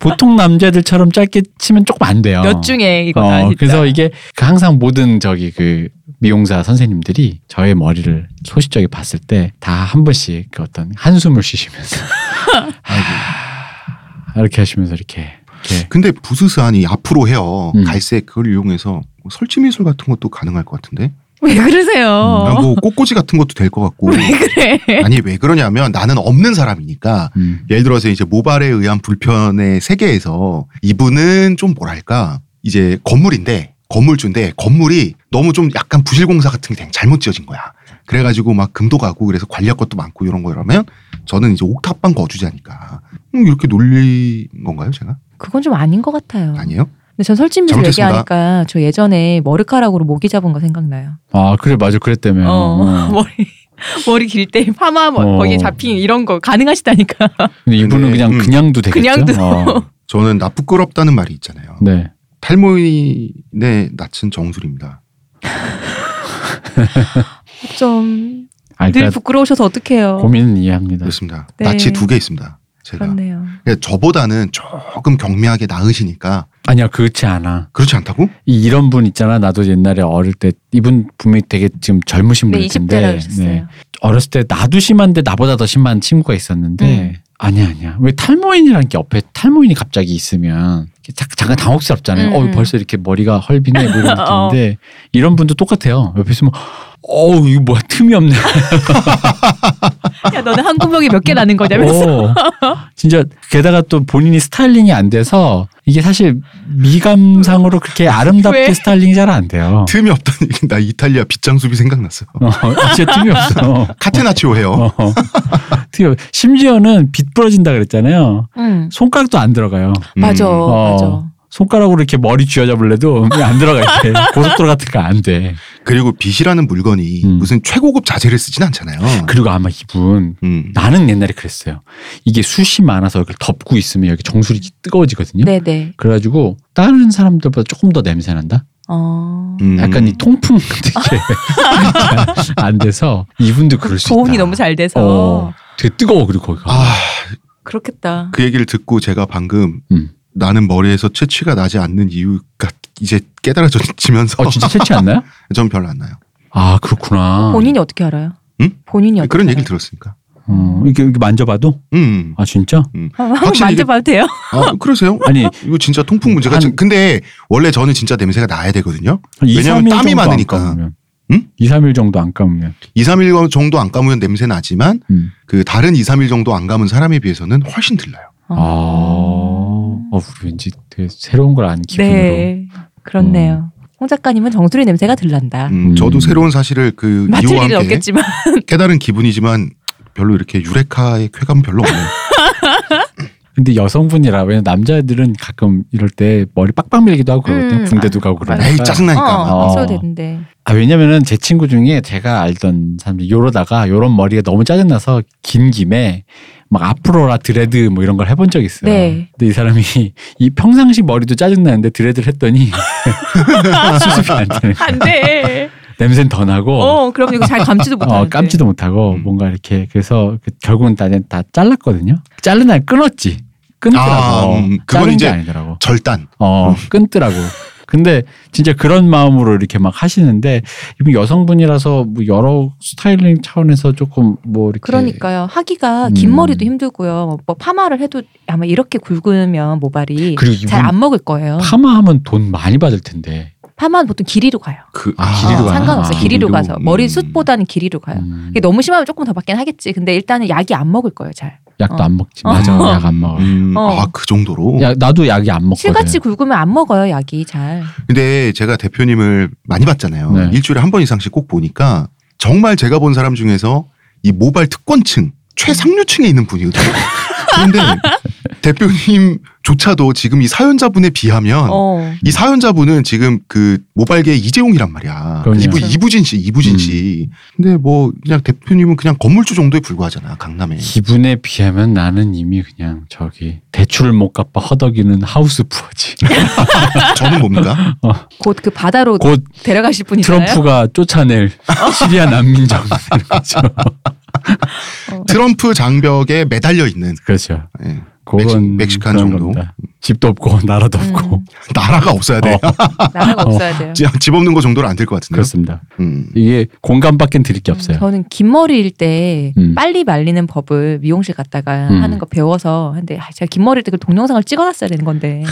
보통 남자들처럼 짧게 치면 조금 안 돼요.
몇 중에 이거
어,
다 진짜.
그래서 이게 그 항상 모든 저기 그 미용사 선생님들이 저의 머리를 소시적에 봤을 때 다 한 번씩 그 어떤 한숨을 쉬시면서 하- 이렇게 하시면서 이렇게 이렇게
근데 부스스한 이 앞으로 헤어
음.
갈색 그걸 이용해서 뭐 설치 미술 같은 것도 가능할 것 같은데
왜 그러세요?
아, 뭐 꽃꽂이 같은 것도 될 것 같고
어. 왜 그래?
아니 왜 그러냐면 나는 없는 사람이니까
음.
예를 들어서 이제 모발에 의한 불편의 세계에서 이분은 좀 뭐랄까 이제 건물인데 건물주인데 건물이 너무 좀 약간 부실공사 같은 게 잘못 지어진 거야. 그래가지고 막 금도 가고 그래서 관리할 것도 많고 이런 거라면 저는 이제 옥탑방 거주자니까 음, 이렇게 놀린 건가요 제가
그건 좀 아닌 것 같아요.
아니에요?
근데 전 설진미술
잘못했습니다.
얘기하니까 저 예전에 머리카락으로 모기 잡은 거 생각나요.
아 그래 맞아 그랬다며.
어.
어.
머리 머리 길 때 파마 머-
어.
거기에 잡힌 이런 거 가능하시다니까.
근데 이분은
근데,
그냥
음.
그냥도 되겠죠.
그냥도.
어.
저는 나 부끄럽다는 말이 있잖아요.
네.
탈모인의 낯은 정수리입니다.
좀 늘
아, 그러니까
부끄러우셔서 어떡해요.
고민은 이해합니다.
그렇습니다.
네.
낯이 두 개 있습니다. 제가
그렇네요.
그러니까 저보다는 조금 경미하게 나으시니까
아니야 그렇지 않아.
그렇지 않다고?
이- 이런 분 있잖아. 나도 옛날에 어릴 때 이분 분명히 되게 지금 젊으신
네,
분일
20대라
텐데.
그러셨어요.
네. 어렸을 때 나도 심한데 나보다 더 심한 친구가 있었는데
음.
아니야 아니야 왜 탈모인이라는 게 옆에 탈모인이 갑자기 있으면 이렇게 자- 잠깐 당혹스럽잖아요.
음,
어
음. 어.
벌써 이렇게 머리가 헐비네 뭐 이런 느낌인데 이런 분도 똑같아요. 옆에 있으면 어우 이거 뭐야 틈이 없네.
야, 너는 한 구멍이 몇 개 나는 거냐면서.
어, 진짜 게다가 또 본인이 스타일링이 안 돼서 이게 사실 미감상으로 그렇게 아름답게
왜?
스타일링이 잘 안 돼요.
틈이 없다는 얘기. 나 이탈리아 빗장수비 생각났어.
어, 진짜 틈이 없어.
카테나치오 헤어.
어. 특히 심지어는 빛 부러진다 그랬잖아요.
음.
손가락도 안 들어가요.
음.
맞아,
어.
맞아.
손가락으로 이렇게 머리 쥐어잡을래도 안 들어가 이렇게 고속도로 같은 거 안 돼.
그리고 빚이라는 물건이
음.
무슨 최고급 자재를 쓰진 않잖아요.
그리고 아마 이분
음.
나는 옛날에 그랬어요. 이게 숱이 많아서 여기를 덮고 있으면 여기 정수리 뜨거워지거든요.
네네.
그래가지고 다른 사람들보다 조금 더 냄새 난다.
어.
음.
약간 이 통풍 되게 안 돼서 이분도 그럴 수 있다.
보온이 너무 잘 돼서
어, 되게 뜨거워 그리고 거기가.
아,
그렇겠다.
그 얘기를 듣고 제가 방금
음.
나는 머리에서 채취가 나지 않는 이유가 이제 깨달아지면서
어 진짜 채취 안 나요?
전 별로 안 나요.
아 그렇구나.
본인이 어떻게 알아요?
응?
본인이 어떻게
그런
알아요?
얘기를 들었으니까.
어, 이렇게, 이렇게 만져봐도
음.
아 진짜?
아, 한번
확실히 이게-
만져봐도 돼요?
아, 그러세요?
아니
이거 진짜 통풍 문제가.
한-
진- 근데 원래 저는 진짜 냄새가 나야 되거든요.
한 2,
왜냐면
3일
땀이
정도
많으니까.
안 감으면.
응?
2, 3일 정도 안 감으면.
2, 3일 정도 안 감으면 냄새 나지만
음.
그 다른 2, 3일 정도 안 감은 사람에 비해서는 훨씬 덜 나요.
아, 어, 우리 왠지 되게 새로운 걸 안 기분으로.
네. 그렇네요. 홍 작가님은 정수리 냄새가 들난다.
음,
음.
저도 새로운 사실을 그
맞을
이유와
일은
함께
없겠지만
깨달은 기분이지만 별로 이렇게 유레카의 쾌감은 별로 없네요.
근데 여성분이라 왜냐 면 남자애들은 가끔 이럴 때 머리 빡빡 밀기도 하고 그러거든요.
음,
군대도
아,
가고
맞아요.
그러니까.
에이 짜증나니까. 막.
어.
어, 써도 되는데.
아 왜냐면은 제 친구 중에 제가 알던 사람들 요러다가 요런 머리가 너무 짜증나서 긴 김에 막 앞으로라 드레드 뭐 이런 걸 해본 적이 있어요.
네.
근데 이 사람이 이 평상시 머리도 짜증나는데 드레드를 했더니 수습이 안 되는 거예요.
안 돼.
냄새는 더 나고 어,
어, 그럼 이거 잘 감지도 못하는데.
감지도 못하고
아, 네. 음.
뭔가 이렇게 그래서 그 결국은 다, 다 잘랐거든요. 자른 날 끊었지. 끊더라고.
아, 음, 그건
자른
이제
게 아니더라고.
절단.
어,
음.
끊더라고. 근데 진짜 그런 마음으로 이렇게 막 하시는데 이분 여성분이라서 뭐 여러 스타일링 차원에서 조금 뭐 이렇게
그러니까요. 하기가 긴
음.
머리도 힘들고요. 뭐 파마를 해도 아마 이렇게 굵으면 모발이
그리고 이분
잘 안 먹을 거예요.
파마하면 돈 많이 받을 텐데.
파마는 보통 길이로 가요.
그
아,
어,
길이로 가요?
상관없어. 요
아,
길이로
길이로.
가서
음.
머리숱보다는 길이로 가요.
음,
네. 이게 너무 심하면 조금 더 받긴 하겠지. 근데 일단은 약이 안 먹을 거예요, 잘.
약도
어.
안 먹지.
어.
맞아. 약 안 먹어.
음,
어.
아, 그 정도로.
야, 나도 약이 안 먹거든.
실같이 굵으면 안 먹어요, 약이 잘.
근데 제가 대표님을 많이 봤잖아요.
네.
일주일에 한 번 이상씩 꼭 보니까 정말 제가 본 사람 중에서 이 모발 특권층 최상류층에 있는 분이거든요. 그런데 대표님조차도 지금 이 사연자분에
아.
비하면
어.
이 사연자분은 지금 그 모발계의 이재용이란 말이야.
그럼요.
이부,
그렇죠.
이부진 씨, 이부진
음.
씨. 근데 뭐 그냥 대표님은 그냥 건물주 정도에 불과하잖아, 강남에.
기분에 비하면 나는 이미 그냥 저기 대출을 못 갚아 허덕이는 하우스 부어지.
그
저는 뭡니까?
곧 그 바다로
곧
데려가실 분이잖아요. 어?
트럼프가 쫓아낼 시리아 난민 정되 그렇죠. 는 거죠.
트럼프 장벽에 매달려 있는
그렇죠.
예.
그건
멕시- 멕시칸
그런
정도?
집도 없고 나라도 없고.
음,
나라가 없어야 돼.
나라가
어.
없어야 돼요.
지- 집 없는 거 정도는 안 될 것 같은데요.
그렇습니다.
음.
이게 공간밖엔 드릴 게 없어요.
저는 긴 머리일 때
음.
빨리 말리는 법을 미용실 갔다가
음.
하는 거 배워서 근데 아, 제가 긴 머리일 때 그 동영상을 찍어놨어야 되는 건데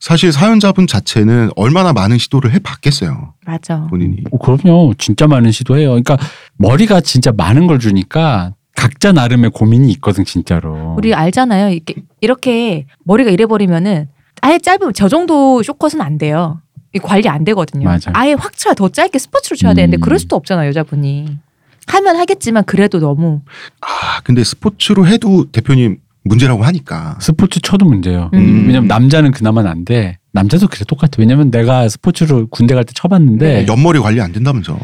사실 사연자분 자체는 얼마나 많은 시도를 해봤겠어요.
맞아.
본인이.
어, 그럼요. 진짜 많은 시도해요. 그러니까 머리가 진짜 많은 걸 주니까 각자 나름의 고민이 있거든 진짜로.
우리 알잖아요. 이렇게, 이렇게 머리가 이래 버리면은 아예 짧으면 저 정도 쇼컷은 안 돼요. 이 관리 안 되거든요.
맞아요.
예확 쳐야 더 짧게 스포츠로 쳐야
음.
되는데 그럴 수도 없잖아요, 여자분이. 하면 하겠지만 그래도 너무
아, 근데 스포츠로 해도 대표님 문제라고 하니까.
스포츠 쳐도 문제예요.
음.
왜냐면 남자는 그나마는 안 돼. 남자도 그래 똑같아. 왜냐면 내가 스포츠로 군대 갈 때 쳐봤는데,
옆머리 관리 안 된다면서.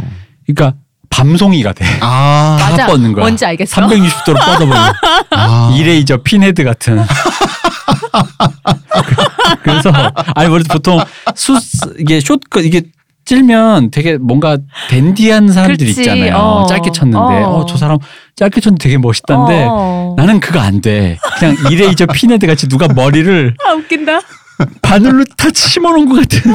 그러니까 밤송이가 돼.
아,
다
맞아.
뻗는 거야.
뭔지 알겠어.
360도로 뻗어버려.
아.
이레이저 핀헤드 같은. 그래서 아니 원래 보통 수 이게 숏컷 그 이게 찔면 되게 뭔가 댄디한 사람들
그렇지.
있잖아요.
어.
짧게 쳤는데
어.
어 저 사람 짧게 쳤는데 되게 멋있다는데
어.
나는 그거 안 돼. 그냥 이레이저 핀헤드 같이 누가 머리를
아 웃긴다.
바늘로 다 심어놓은 것 같은.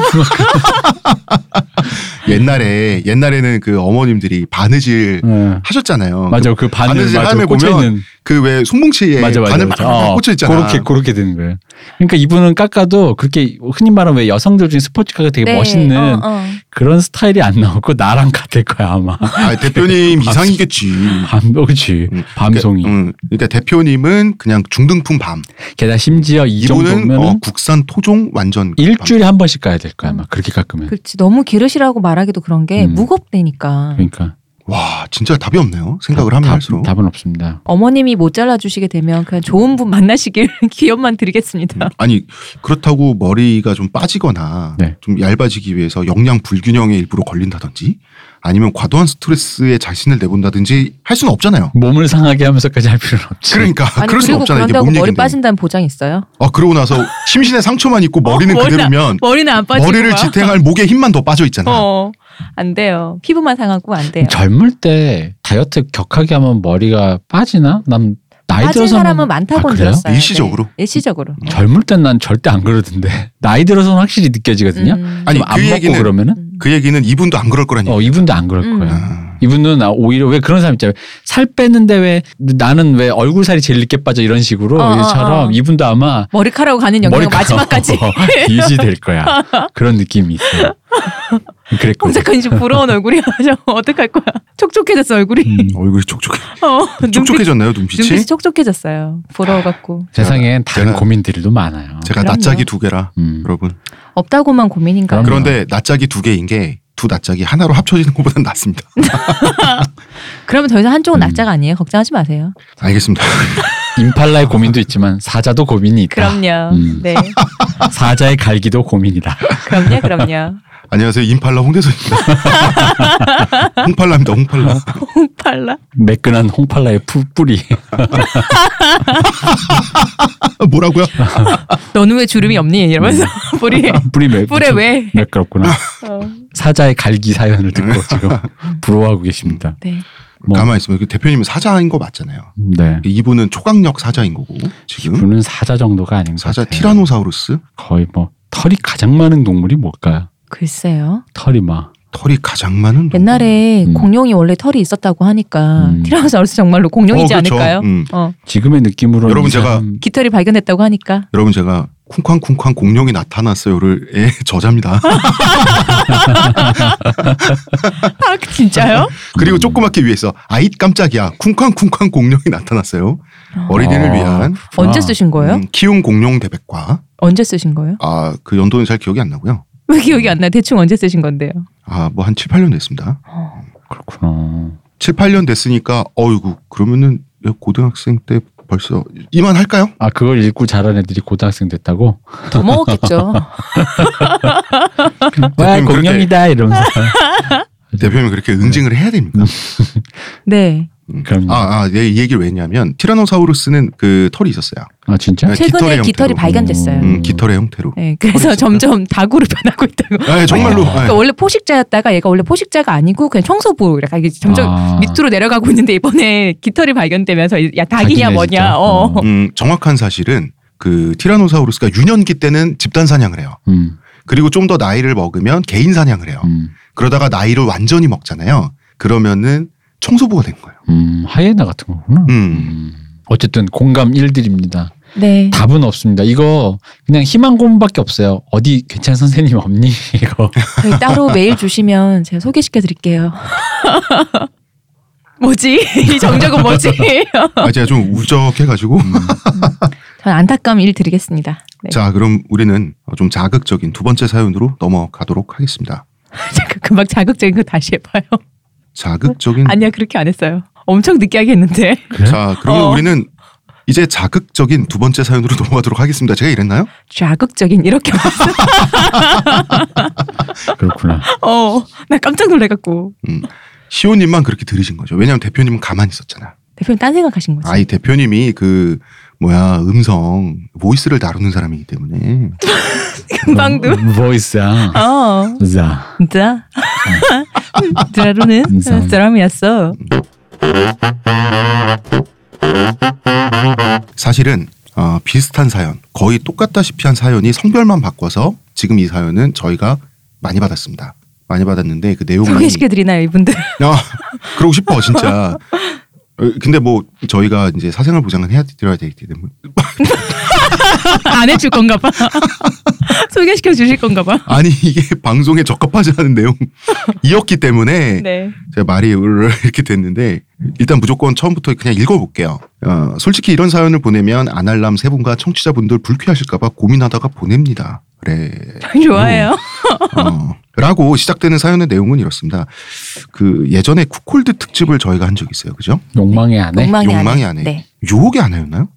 옛날에, 옛날에는 그 어머님들이 바느질
응.
하셨잖아요.
음. 맞아 그 바늘
네. 바느질 하면
맞아 꽂혀
보면
있는
그 왜 손뭉치에
맞아 맞아
바늘
맞아.
막
어,
꽂혀 있잖아.
그렇게 그렇게 되는 거예요. 그러니까 이분은 깎아도 그렇게 흔히 말하면 왜 여성들 중에 스포츠카가 되게 멋있는
어, 어.
그런 스타일이 안 나오고 나랑 같을 거야 아마
아, 대표님 이상이겠지.
밤 그렇지
음,
밤송이
음, 그러니까 대표님은 그냥 중등품 밤.
게다가 심지어 이
이분은
정도면
어,
은
국산 토종 완전 그
일주일에 한 번씩 가야 될 거야 아마 그렇게 깎으면
음. 그렇지. 너무 길으시라고 말하기도 그런 게
음.
무겁대니까.
그러니까
밤. 와, 진짜 답이 없네요. 생각을 하면
답-
할수록.
답은 없습니다
어머님이 못 잘라주시게 되면 그냥 좋은 분 만나시길 기원만 드리겠습니다.
아니 그렇다고 머리가 좀 빠지거나
네.
좀 얇아지기 위해서 영양 불균형에 일부러 걸린다든지 아니면 과도한 스트레스에 자신을 내본다든지 할 수는 없잖아요.
몸을 상하게 하면서까지 할 필요는 없지.
그러니까 그럴 수는
그리고
없잖아요. 이게
그런다고
몸
머리
얘기인데.
빠진다는 보장 있어요?
아 그러고 나서 심신에 상처만 있고 어, 머리는
어, 머리나-
그대로면
머리는 안 빠지고
머리를 지탱할 목에 힘만 더 빠져 있잖아. 요
어, 안 돼요. 피부만 상하고 안 돼요.
젊을 때 다이어트 격하게 하면 머리가 빠지나? 난 나이
빠진
들어서는
사람은 많다고
아,
는
그래요?
들었어요.
일시적으로? 음.
네. 일시적으로.
젊을 땐 난 절대 안 그러던데 나이 들어서는 확실히 느껴지거든요.
음.
아니,
좀안
그
먹고
얘기는-
그러면은
음.
그 얘기는 이분도 안 그럴 거라니.
어 이분도 안 그럴
음.
거예요.
아,
이분은 아, 오히려 왜 그런 사람 있잖아요. 살 뺐는데 왜 나는 왜 얼굴 살이 제일 늦게 빠져 이런 식으로
어, 어,
얘처럼
어.
이분도 아마
머리카락 가는 영역
머리카락
마지막까지
유지될 거야. 그런 느낌이 있어요. 그랬고.
깜짝하니 좀 부러운 얼굴이야. 저 어떡할 거야. 촉촉해졌어 얼굴이.
음, 얼굴이 촉촉해.
어, 눈빛-
촉촉해졌나요 눈빛이?
눈빛이 촉촉해졌어요. 부러워갖고.
세상엔 다른
제가-
고민들도 많아요.
어, 제가
그럼요.
낯짝이 두 개라
음.
여러분.
없다고만 고민인가.
그럼-
그런데 낯짝이 두 개인 게 두 낯짝이 하나로 합쳐지는 것보단 낫습니다.
그러면 더 이상 한쪽은
음.
낙자가 아니에요. 걱정하지 마세요.
알겠습니다.
임팔라의 고민도 있지만 사자도 고민이 있다.
그럼요.
음.
네.
사자의 갈기도 고민이다.
그럼요. 그럼요.
안녕하세요 임팔라 홍대선입니다. 홍팔라입니다 홍팔라.
팔라.
매끈한 홍팔라의 푸- 뿌리.
뭐라고요?
너는 왜 주름이 없니? 이러면서 뿌리.
뿌리 매,
뿌리 왜?
매끄럽구나.
어.
사자의 갈기 사연을 듣고 지금 부러워하고 계십니다.
네.
뭐.
가만 히 있으면 그 대표님은 사자인 거 맞잖아요.
네.
이분은 초강력 사자인 거고 지금
이분은 사자 정도가 아닌 것
사자
같아요.
티라노사우루스
거의 뭐 털이 가장 많은 동물이 뭘까요?
글쎄요.
털이 막
털이 가장 많은 동물.
옛날에
음.
공룡이 원래 털이 있었다고 하니까
음.
티라노사우루스 정말로 공룡이지
어, 그렇죠.
않을까요?
음.
어.
지금의 느낌으로
여러분 제가
깃털이 발견됐다고 하니까.
여러분 제가 쿵쾅쿵쾅 공룡이 나타났어요를 의 저자입니다.
아, 진짜요?
그리고 조그맣게 위에서 아이 깜짝이야 쿵쾅쿵쾅 공룡이 나타났어요. 어린이를
아,
위한
언제 쓰신 거예요?
음, 키운 공룡 대백과
언제 쓰신 거예요?
아 그 연도는 잘 기억이 안 나고요.
왜 기억이 안 나요? 대충 언제 쓰신 건데요?
아 뭐 한 7, 8년 됐습니다.
그렇구나.
7, 8년 됐으니까 어이구 그러면은 고등학생 때 벌써 이만 할까요?
아 그걸 읽고 자란 애들이 고등학생 됐다고?
더 먹었겠죠.
와
대표님,
공룡이다 이러면서. 음.
대표님 그렇게 응징을 해야 됩니까?
네.
음.
그럼요.
아, 아, 네, 이 얘기를 왜 했냐면 티라노사우루스는 그 털이 있었어요.
아 진짜?
네,
최근에
깃털의
깃털이
형태로.
발견됐어요.
음, 깃털의 형태로.
네, 그래서
어렸을 때.
점점 다구로 변하고 있다고.
아, 정말로.
아.
네.
그러니까 원래 포식자였다가 얘가 원래 포식자가 아니고 그냥 청소부. 약간 이게 점점
아,
밑으로 내려가고 있는데 이번에 깃털이 발견되면서 이- 야 닭이냐
닭이네,
뭐냐.
진짜.
어.
어.
음, 정확한 사실은 그 티라노사우루스가 유년기 때는 집단 사냥을 해요.
음,
그리고 좀 더 나이를 먹으면 개인 사냥을 해요.
음,
그러다가 나이를 완전히 먹잖아요. 그러면은 청소부가 된 거예요.
음, 하이에나 같은 거구나.
음.
음. 어쨌든 공감 1들입니다.
네.
답은 없습니다. 이거 그냥 희망 고문밖에 없어요. 어디 괜찮은 선생님 없니? 이거
저희 따로 메일 주시면 제가 소개시켜 드릴게요. 뭐지? 이 정적은 뭐지?
아, 제가 좀 울적해가지고.
전 안타까움 일 드리겠습니다. 네.
음. 자, 그럼 우리는 좀 자극적인 두 번째 사연으로 넘어가도록 하겠습니다.
잠깐 금방 자극적인 거 다시 해봐요.
자극적인.
아니야 그렇게 안 했어요. 엄청 느끼하게 했는데.
자, 그러면
어.
우리는 이제 자극적인 두 번째 사연으로 넘어가도록 하겠습니다. 제가 이랬나요?
자극적인 이렇게 왔어.
그렇구나.
어, 나 깜짝 놀래갖고
음. 시호님만 그렇게 들으신 거죠. 왜냐하면 대표님은 가만히 있었잖아.
대표님 딴 생각하신 거지.
아이 대표님이 그 뭐야 음성 보이스를 다루는 사람이기 때문에
금방도.
음, 보이스야.
어,
자,
진짜. 드라루는
인상.
드럼이었어.
사실은 어, 비슷한 사연 거의 똑같다시피 한 사연이 성별만 바꿔서 지금 이 사연은 저희가 많이 받았습니다. 많이 받았는데 그 내용이
소개시켜 드리나요 이분들?
아, 그러고 싶어 진짜. 어, 근데 뭐 저희가 이제 사생활 보장은 해야 드려야 되기 때문에
안 해줄 건가 봐. 소개시켜 주실 건가 봐.
아니 이게 방송에 적합하지 않은 내용이었기 때문에
네.
제가 말이 으르르 이렇게 됐는데 일단 무조건 처음부터 그냥 읽어볼게요. 어, 솔직히 이런 사연을 보내면 아날람 세 분과 청취자분들 불쾌하실까봐 고민하다가 보냅니다. 그래.
좋아요.
어, 라고 시작되는 사연의 내용은 이렇습니다. 그 예전에 쿠콜드 특집을 저희가 한 적이 있어요. 그죠?
욕망의 아내.
욕망이
욕망이
안
안에.
해. 네.
유혹의 아내였나요?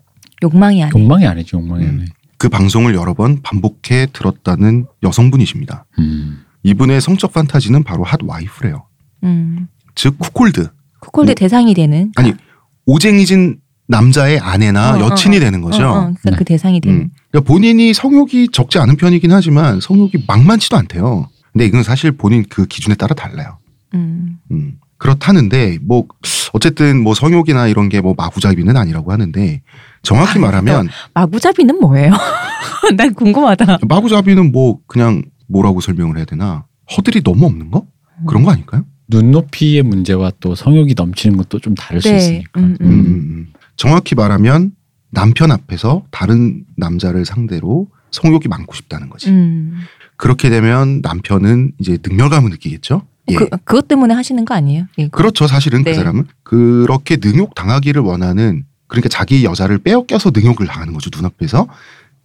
욕망이 안 해.
욕망의 아내죠. 욕망의
음.
아내.
그 방송을 여러 번 반복해 들었다는 여성분이십니다.
음.
이분의 성적 판타지는 바로 핫 와이프래요.
음.
즉 쿠콜드
쿠콜드
음.
대상이 되는.
아니 오쟁이진 남자의 아내나
어,
여친이
어,
되는 거죠.
어, 어, 그러니까
네.
그 대상이 되는.
음. 그러니까 본인이 성욕이 적지 않은 편이긴 하지만 성욕이 막만치도 않대요. 근데 이건 사실 본인 그 기준에 따라 달라요.
음.
음. 그렇다는데 뭐 어쨌든 뭐 성욕이나 이런 게 뭐 마구잡이는 아니라고 하는데 정확히
아,
말하면
그러니까. 마구잡이는 뭐예요? 난 궁금하다.
마구잡이는 뭐 그냥 뭐라고 설명을 해야 되나 허들이 너무 없는 거 그런 거 아닐까요?
눈높이의 문제와 또 성욕이 넘치는 것도 좀 다를 수 있으니까.
음,
음, 음,
음.
음. 정확히 말하면 남편 앞에서 다른 남자를 상대로 성욕이 많고 싶다는 거지.
음.
그렇게 되면 남편은 이제 능멸감을 느끼겠죠. 예.
그, 그것 때문에 하시는 거 아니에요? 예.
그렇죠. 사실은
네.
그 사람은 그렇게 능욕 당하기를 원하는 그러니까 자기 여자를 빼앗겨서 능욕을 당하는 거죠 눈앞에서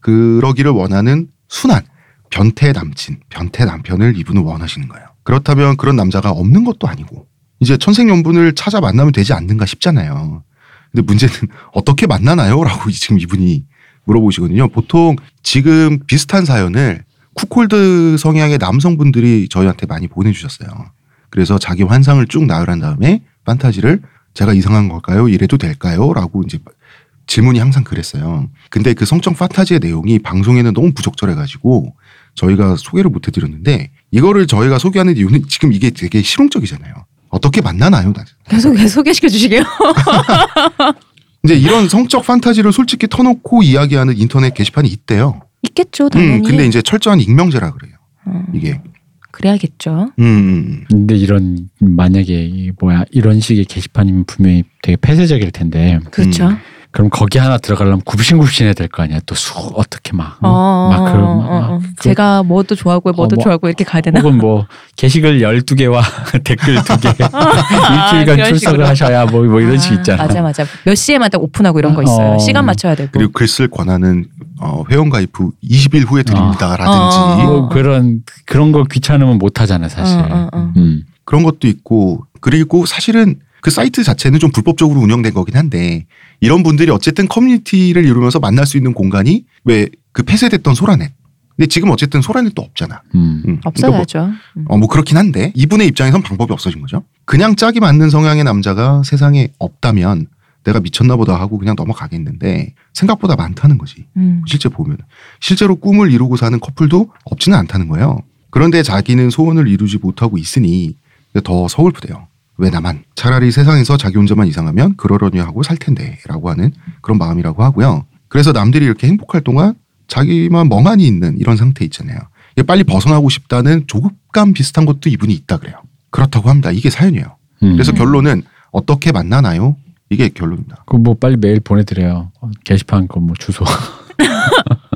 그러기를 원하는 순한 변태 남친, 변태 남편을 이분은 원하시는 거예요. 그렇다면 그런 남자가 없는 것도 아니고 이제 천생연분을 찾아 만나면 되지 않는가 싶잖아요. 근데 문제는 어떻게 만나나요?라고 지금 이분이 물어보시거든요. 보통 지금 비슷한 사연을 쿠콜드 성향의 남성분들이 저희한테 많이 보내주셨어요. 그래서 자기 환상을 쭉 나열한 다음에 판타지를 제가 이상한 걸까요? 이래도 될까요? 라고 이제 질문이 항상 그랬어요. 근데 그 성적 판타지의 내용이 방송에는 너무 부적절해가지고 저희가 소개를 못 해드렸는데 이거를 저희가 소개하는 이유는 지금 이게 되게 실용적이잖아요. 어떻게 만나나요?
계속 계속 소개시켜 주시게요.
이제 이런 성적 판타지를 솔직히 터놓고 이야기하는 인터넷 게시판이 있대요.
있겠죠, 당연히.
음, 근데 이제 철저한 익명제라 그래요.
어,
이게.
그래야겠죠.
음, 음,
근데 이런 만약에 이 뭐야 이런 식의 게시판이면 분명히 되게 폐쇄적일 텐데
그렇죠.
음.
그럼 거기 하나 들어가려면 굽신굽신해야 될 거 아니야 또 수 어떻게 막,
어,
어, 막 그런 막,
어, 어.
막 그-
제가 뭐도 좋아하고 뭐도
어, 뭐-
좋아하고 이렇게 가야 되나?
혹은 뭐 게시글 12개와 댓글 2개 일주일간
그런
출석을
식으로.
하셔야 뭐, 뭐 이런 식
아,
있잖아
맞아 맞아. 몇 시에만 딱 오픈하고 이런 거 있어요.
어.
시간 맞춰야 되고.
그리고 글 쓸 권한은 어, 회원 가입 후 20일 후에 드립니다라든지
어, 어, 어.
이거 뭐 그런 그런 거 귀찮으면 못 하잖아 사실
어, 어, 어.
음.
그런 것도 있고 그리고 사실은 그 사이트 자체는 좀 불법적으로 운영된 거긴 한데 이런 분들이 어쨌든 커뮤니티를 이루면서 만날 수 있는 공간이 왜 그 폐쇄됐던 소라넷 근데 지금 어쨌든 소라넷도 없잖아
음.
음. 그러니까
없어야죠.
뭐,
음.
어, 뭐 그렇긴 한데 이분의 입장에선 방법이 없어진 거죠 그냥 짝이 맞는 성향의 남자가 세상에 없다면 내가 미쳤나 보다 하고 그냥 넘어가겠는데 생각보다 많다는 거지
음.
실제 보면 실제로 꿈을 이루고 사는 커플도 없지는 않다는 거예요. 그런데 자기는 소원을 이루지 못하고 있으니 더 서글프대요. 왜 나만? 차라리 세상에서 자기 혼자만 이상하면 그러려니 하고 살 텐데라고 하는 그런 마음이라고 하고요. 그래서 남들이 이렇게 행복할 동안 자기만 멍하니 있는 이런 상태 있잖아요. 이게 빨리 벗어나고 싶다는 조급감 비슷한 것도 이분이 있다 그래요. 그렇다고 합니다. 이게 사연이에요.
음.
그래서 결론은 어떻게 만나나요? 이게 결론입니다.
그거 뭐 빨리 메일 보내드려요 어, 게시판 거 뭐 주소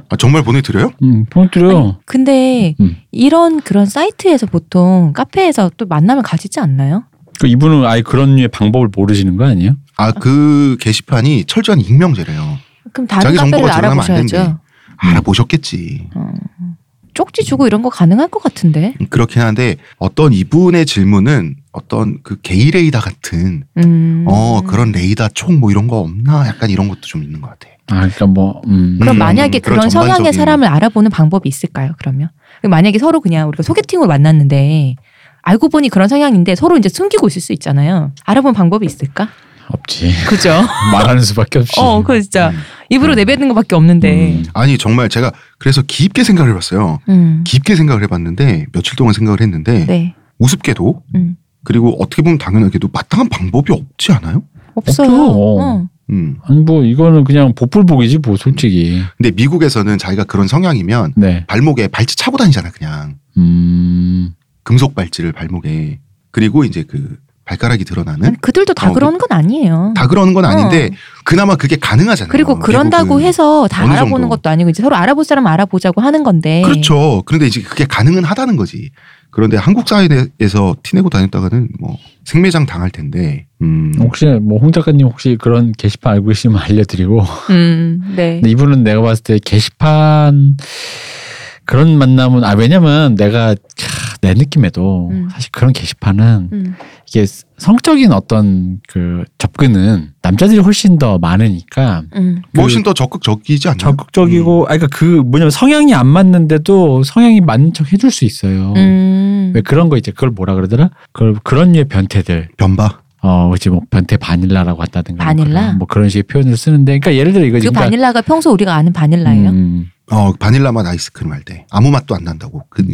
아, 정말 보내드려요?
음, 보내드려요
근데
음.
이런 그런 사이트에서 보통 카페에서 또 만남을 가지지 않나요?
그 이분은 아예 그런 류의 방법을 모르시는 거 아니에요?
아 그 게시판이 철저한 익명제래요.
그럼 다른
자기 정보가 드러나면
카페를
안
알아보셔야죠.
된대.
음.
알아보셨겠지.
쪽지 주고 이런 거 가능할 것 같은데.
그렇긴 한데 어떤 이분의 질문은 어떤 그 게이 레이다 같은
음.
어 그런 레이다 총 뭐 이런 거 없나 약간 이런 것도 좀 있는 것 같아.
아, 그러니까 뭐, 음.
그럼
음,
만약에
그런
그런 성향의
전반적인-
사람을 알아보는 방법이 있을까요? 그러면 만약에 서로 그냥 우리가 소개팅으로 만났는데 알고 보니 그런 성향인데 서로 이제 숨기고 있을 수 있잖아요. 알아본 방법이 있을까?
없지.
그죠?
말하는 수밖에 없이.
어, 그 네. 진짜
음.
입으로 내뱉는 것밖에 없는데.
음.
아니 정말 제가 그래서 깊게 생각을 해봤어요.
음.
깊게 생각을 해봤는데 며칠 동안 생각을 했는데
네,
우습게도
음.
그리고 어떻게 보면 당연하게도 마땅한 방법이 없지 않아요?
없어요.
없죠.
어.
음.
아니, 뭐, 이거는 그냥 복불복이지, 뭐, 솔직히.
근데 미국에서는 자기가 그런 성향이면
네.
발목에 발찌 차고 다니잖아 그냥.
음.
금속 발찌를 발목에 그리고 이제 그 발가락이 드러나는
아니, 그들도 다
어,
그러는 건 아니에요.
다 그러는 건 아닌데 그나마 그게 가능하잖아요.
어. 그리고 그런다고
미국은.
해서 다
어느
알아보는
정도.
것도 아니고 이제 서로 알아볼 사람 알아보자고 하는 건데.
그렇죠. 그런데 이제 그게 가능은 하다는 거지. 그런데 한국 사회에서 티내고 다녔다가는 뭐 생매장 당할 텐데. 음.
혹시, 뭐, 홍 작가님 혹시 그런 게시판 알고 계시면 알려드리고.
음, 네.
근데 이분은 내가 봤을 때 게시판, 그런 만남은, 아, 왜냐면 내가, 캬, 내 느낌에도
음.
사실 그런 게시판은
음,
이게 성적인 어떤 그 접근은 남자들이 훨씬 더 많으니까
음.
뭐 훨씬 더 적극적이지 않나요? 음.
적극적이고, 아, 그러니까 그 뭐냐면 성향이 안 맞는데도 성향이 맞는 척 해줄 수 있어요.
음. 음.
왜 그런 거 이제 그걸 뭐라 그러더라? 그걸 그런 류의 변태들
변바.
어 이제 뭐 변태 바닐라라고 한다든가 뭐
바닐라?
그런- 뭐 그런 식의 표현을 쓰는데 그러니까 예를 들어 이거지
그 바닐라가 평소 우리가 아는 바닐라예요?
음,
어 바닐라 맛 아이스크림 할 때 아무 맛도 안 난다고 그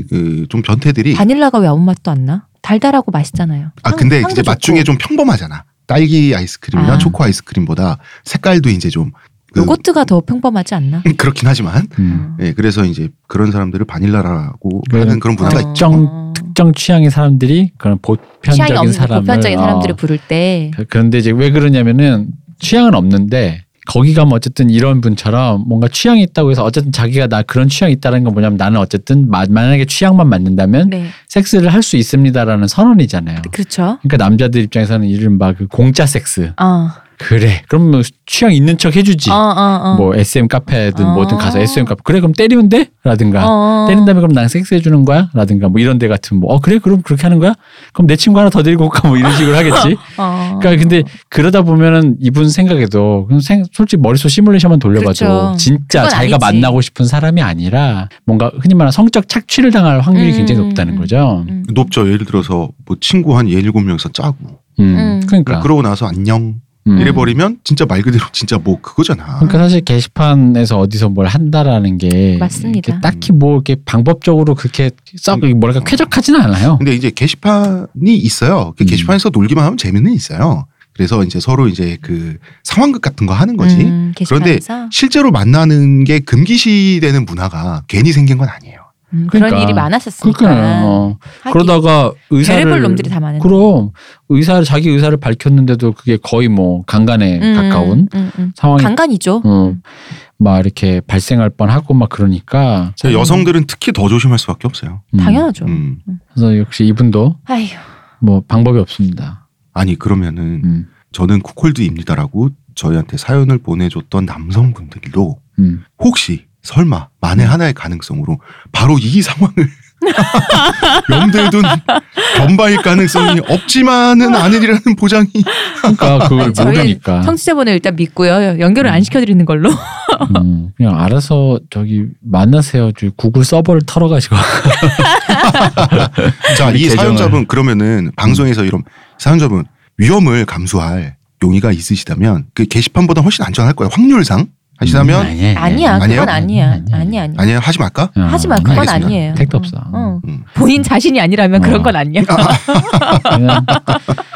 좀 변태들이
바닐라가 왜 아무 맛도 안 나? 달달하고 맛있잖아요.
아
향-
근데
향도
이제 맛
좋고.
중에 좀 평범하잖아. 딸기 아이스크림이나
아.
초코 아이스크림보다 색깔도 이제 좀 그-
요거트가 더 평범하지 않나? 어.
그렇긴 하지만
음.
예 그래서 이제 그런 사람들을 바닐라라고
네.
하는 그런 문화가 있-
어.
정- 특정 취향의 사람들이 그런
취향이
보편적인
없는
사람을
보편적인
어,
사람들을 부를 때
그- 그런데 이제 왜 그러냐면은 취향은 없는데 거기 가면 뭐 어쨌든 이런 분처럼 뭔가 취향이 있다고 해서 어쨌든 자기가 나 그런 취향이 있다는 건 뭐냐면 나는 어쨌든 마- 만약에 취향만 맞는다면
네.
섹스를 할 수 있습니다라는 선언이잖아요.
그렇죠.
그러니까 남자들 입장에서는 이른바 그 공짜 섹스
어. 어,
그래 그럼 뭐 취향 있는 척 해주지
어, 어.
뭐 SM 카페든
어.
뭐든 가서 SM 카페 그래 그럼 때리면 돼? 라든가
어.
때린 다음에 그럼 나랑 섹스해주는 거야? 라든가 뭐 이런 데 같은 뭐 어 그래 그럼 그렇게 하는 거야? 그럼 내 친구 하나 더 데리고 올까? 뭐 이런 식으로 하겠지
어.
그러니까 근데 그러다 보면은 이분 생각에도 그냥 생- 솔직히 머릿속 시뮬레이션만 돌려봐도
그렇죠.
진짜
그건
자기가
아니지.
만나고 싶은 사람이 아니라 뭔가 흔히 말하는 성적 착취를 당할 확률이
음,
굉장히 높다는
음,
거죠
음.
높죠. 예를 들어서 뭐 친구 한 예일곱 명서 짜고
음,
음.
그러니까
그러고 나서 안녕
음.
이래버리면 진짜 말 그대로 진짜 뭐 그거잖아.
그러니까 사실 게시판에서 어디서 뭘 한다라는 게
맞습니다.
이렇게 딱히 뭐 이렇게 방법적으로 그렇게 썩
음.
뭐랄까 쾌적하지는 않아요.
근데 이제 게시판이 있어요. 그
음.
게시판에서 놀기만 하면 재미는 있어요. 그래서 이제 서로 이제 그 상황극 같은 거 하는 거지.
음,
그런데
게시판에서?
실제로 만나는 게 금기시되는 문화가 괜히 생긴 건 아니에요.
음, 그런
그러니까.
일이 많았었으니까.
어. 그러다가 의사를
별의별 놈들이 다 많은데.
그럼 의사를 자기 의사를 밝혔는데도 그게 거의 뭐 강간에
음,
가까운
음, 음.
상황이
강간이죠.
음, 막 이렇게 발생할 뻔하고 막 그러니까
자, 여성들은 특히 더 조심할 수밖에 없어요.
음,
당연하죠.
음.
그래서 역시 이분도
아휴.
뭐 방법이 없습니다.
아니 그러면은
음,
저는 쿠콜드입니다라고 저희한테 사연을 보내줬던 남성분들도
음.
혹시 설마 만에 하나의 가능성으로 바로 이 상황을 염두에 둔 변바일 가능성이 없지만은 아니라는 보장이
그러니까 그걸
아니, 저희는
모르니까
청취자분을 일단 믿고요. 연결을 안 시켜드리는 걸로.
음, 그냥 알아서 저기 만나세요. 저 구글 서버를 털어가시고
자, 이
계정을.
사연자분 그러면은 방송에서 이런 사연자분 위험을 감수할 용의가 있으시다면 그 게시판보다 훨씬 안전할 거예요. 확률상 하시다면
아니, 네, 아니,
아니야.
아니에요?
그건 아니야.
아니, 아니.
아니, 아니.
아니에요 하지 말까?
어,
하지 마. 그건
알겠습니다.
아니에요.
택도 없어.
어, 어.
음.
본인 자신이 아니라면
어.
그런 건 아니야.
그냥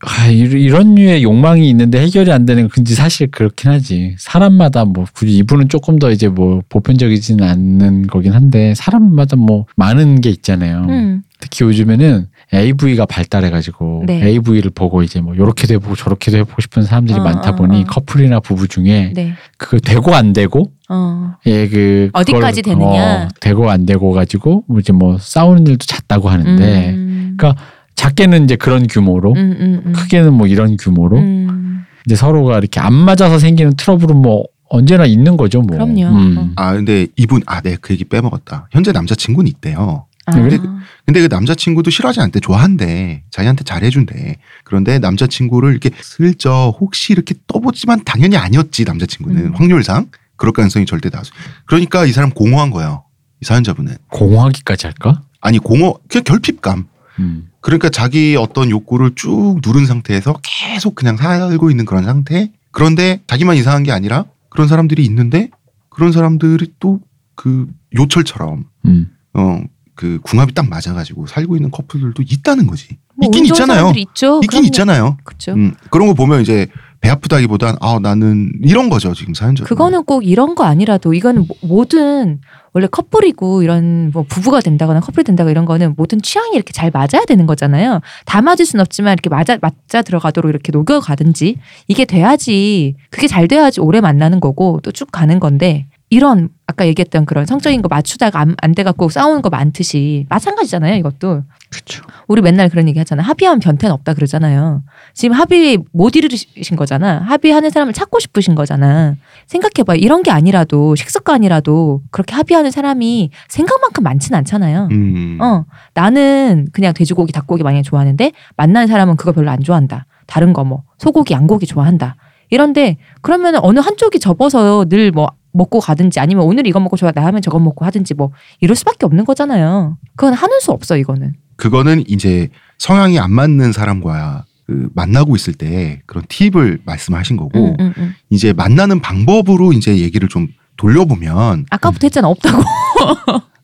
아, 이런- 이런 류의 욕망이 있는데 해결이 안 되는 건지 사실 그렇긴 하지. 사람마다 뭐 굳이 이분은 조금 더 이제 뭐 보편적이지는 않는 거긴 한데 사람마다 뭐 많은 게 있잖아요.
음.
특히 요즘에는 AV가 발달해가지고
네.
AV를 보고 이제 뭐 요렇게도 해보고 저렇게도 해보고 싶은 사람들이
어,
많다
어,
보니
어.
커플이나 부부 중에
네.
그거 되고 안 되고
어.
예, 그
어디까지
그걸,
되느냐.
어, 되고 안 되고 가지고 뭐 이제 뭐 싸우는 일도 잦다고 하는데
음.
그러니까 작게는 이제 그런 규모로
음, 음, 음.
크게는 뭐 이런 규모로
음.
이제 서로가 이렇게 안 맞아서 생기는 트러블은 뭐 언제나 있는 거죠 뭐.
그럼요. 어.
음.
아 근데 이분 아 내가 그 얘기 빼먹었다. 현재 남자친구는 있대요.
아.
근데
근데 그 남자친구도 싫어하지 않대 좋아한대 자기한테 잘해준대. 그런데 남자친구를 이렇게 슬쩍 혹시 이렇게 떠보지만 당연히 아니었지 남자친구는
음.
확률상 그럴 가능성이 절대 다수. 그러니까 이 사람 공허한 거예요. 이 사연자분은
공허하기까지 할까?
아니 공허 그냥 결핍감.
음.
그러니까 자기 어떤 욕구를 쭉 누른 상태에서 계속 그냥 살고 있는 그런 상태. 그런데 자기만 이상한 게 아니라 그런 사람들이 있는데 그런 사람들이 또 그 요철처럼
음.
어 그 궁합이 딱 맞아가지고 살고 있는 커플들도 있다는 거지.
뭐
있긴
운 좋은
있잖아요.
사람들이 있죠.
있긴
어, 그럼요.
있잖아요.
그렇죠.
음, 그런 거 보면 이제 배 아프다기보단 아 나는 이런 거죠 지금 사연자.
그거는 꼭 이런 거 아니라도 이거는 모- 모든 원래 커플이고 이런 뭐 부부가 된다거나 커플이 된다거나 이런 거는 모든 취향이 이렇게 잘 맞아야 되는 거잖아요. 다 맞을 순 없지만 이렇게 맞아 맞아 들어가도록 이렇게 녹여가든지 이게 돼야지 그게 잘 돼야지 오래 만나는 거고 또 쭉 가는 건데 이런 아까 얘기했던 그런 성적인 거 맞추다가 안, 안 돼갖고 싸우는 거 많듯이 마찬가지잖아요 이것도
그렇죠.
우리 맨날 그런 얘기 하잖아. 합의하면 변태는 없다 그러잖아요. 지금 합의 못 이루신 거잖아. 합의하는 사람을 찾고 싶으신 거잖아. 생각해봐. 이런 게 아니라도, 식습관이라도 그렇게 합의하는 사람이 생각만큼 많진 않잖아요.
음,
어, 나는 그냥 돼지고기, 닭고기 많이 좋아하는데 만나는 사람은 그거 별로 안 좋아한다. 다른 거 뭐, 소고기, 양고기 좋아한다. 이런데 그러면 어느 한쪽이 접어서 늘 뭐 먹고 가든지 아니면 오늘 이거 먹고 좋아 다음에 저거 먹고 하든지 뭐 이럴 수밖에 없는 거잖아요. 그건 하는 수 없어 이거는.
그거는 이제 성향이 안 맞는 사람과 그 만나고 있을 때 그런 팁을 말씀하신 거고
음, 음, 음.
이제 만나는 방법으로 이제 얘기를 좀 돌려보면
아까부터 했잖아 없다고.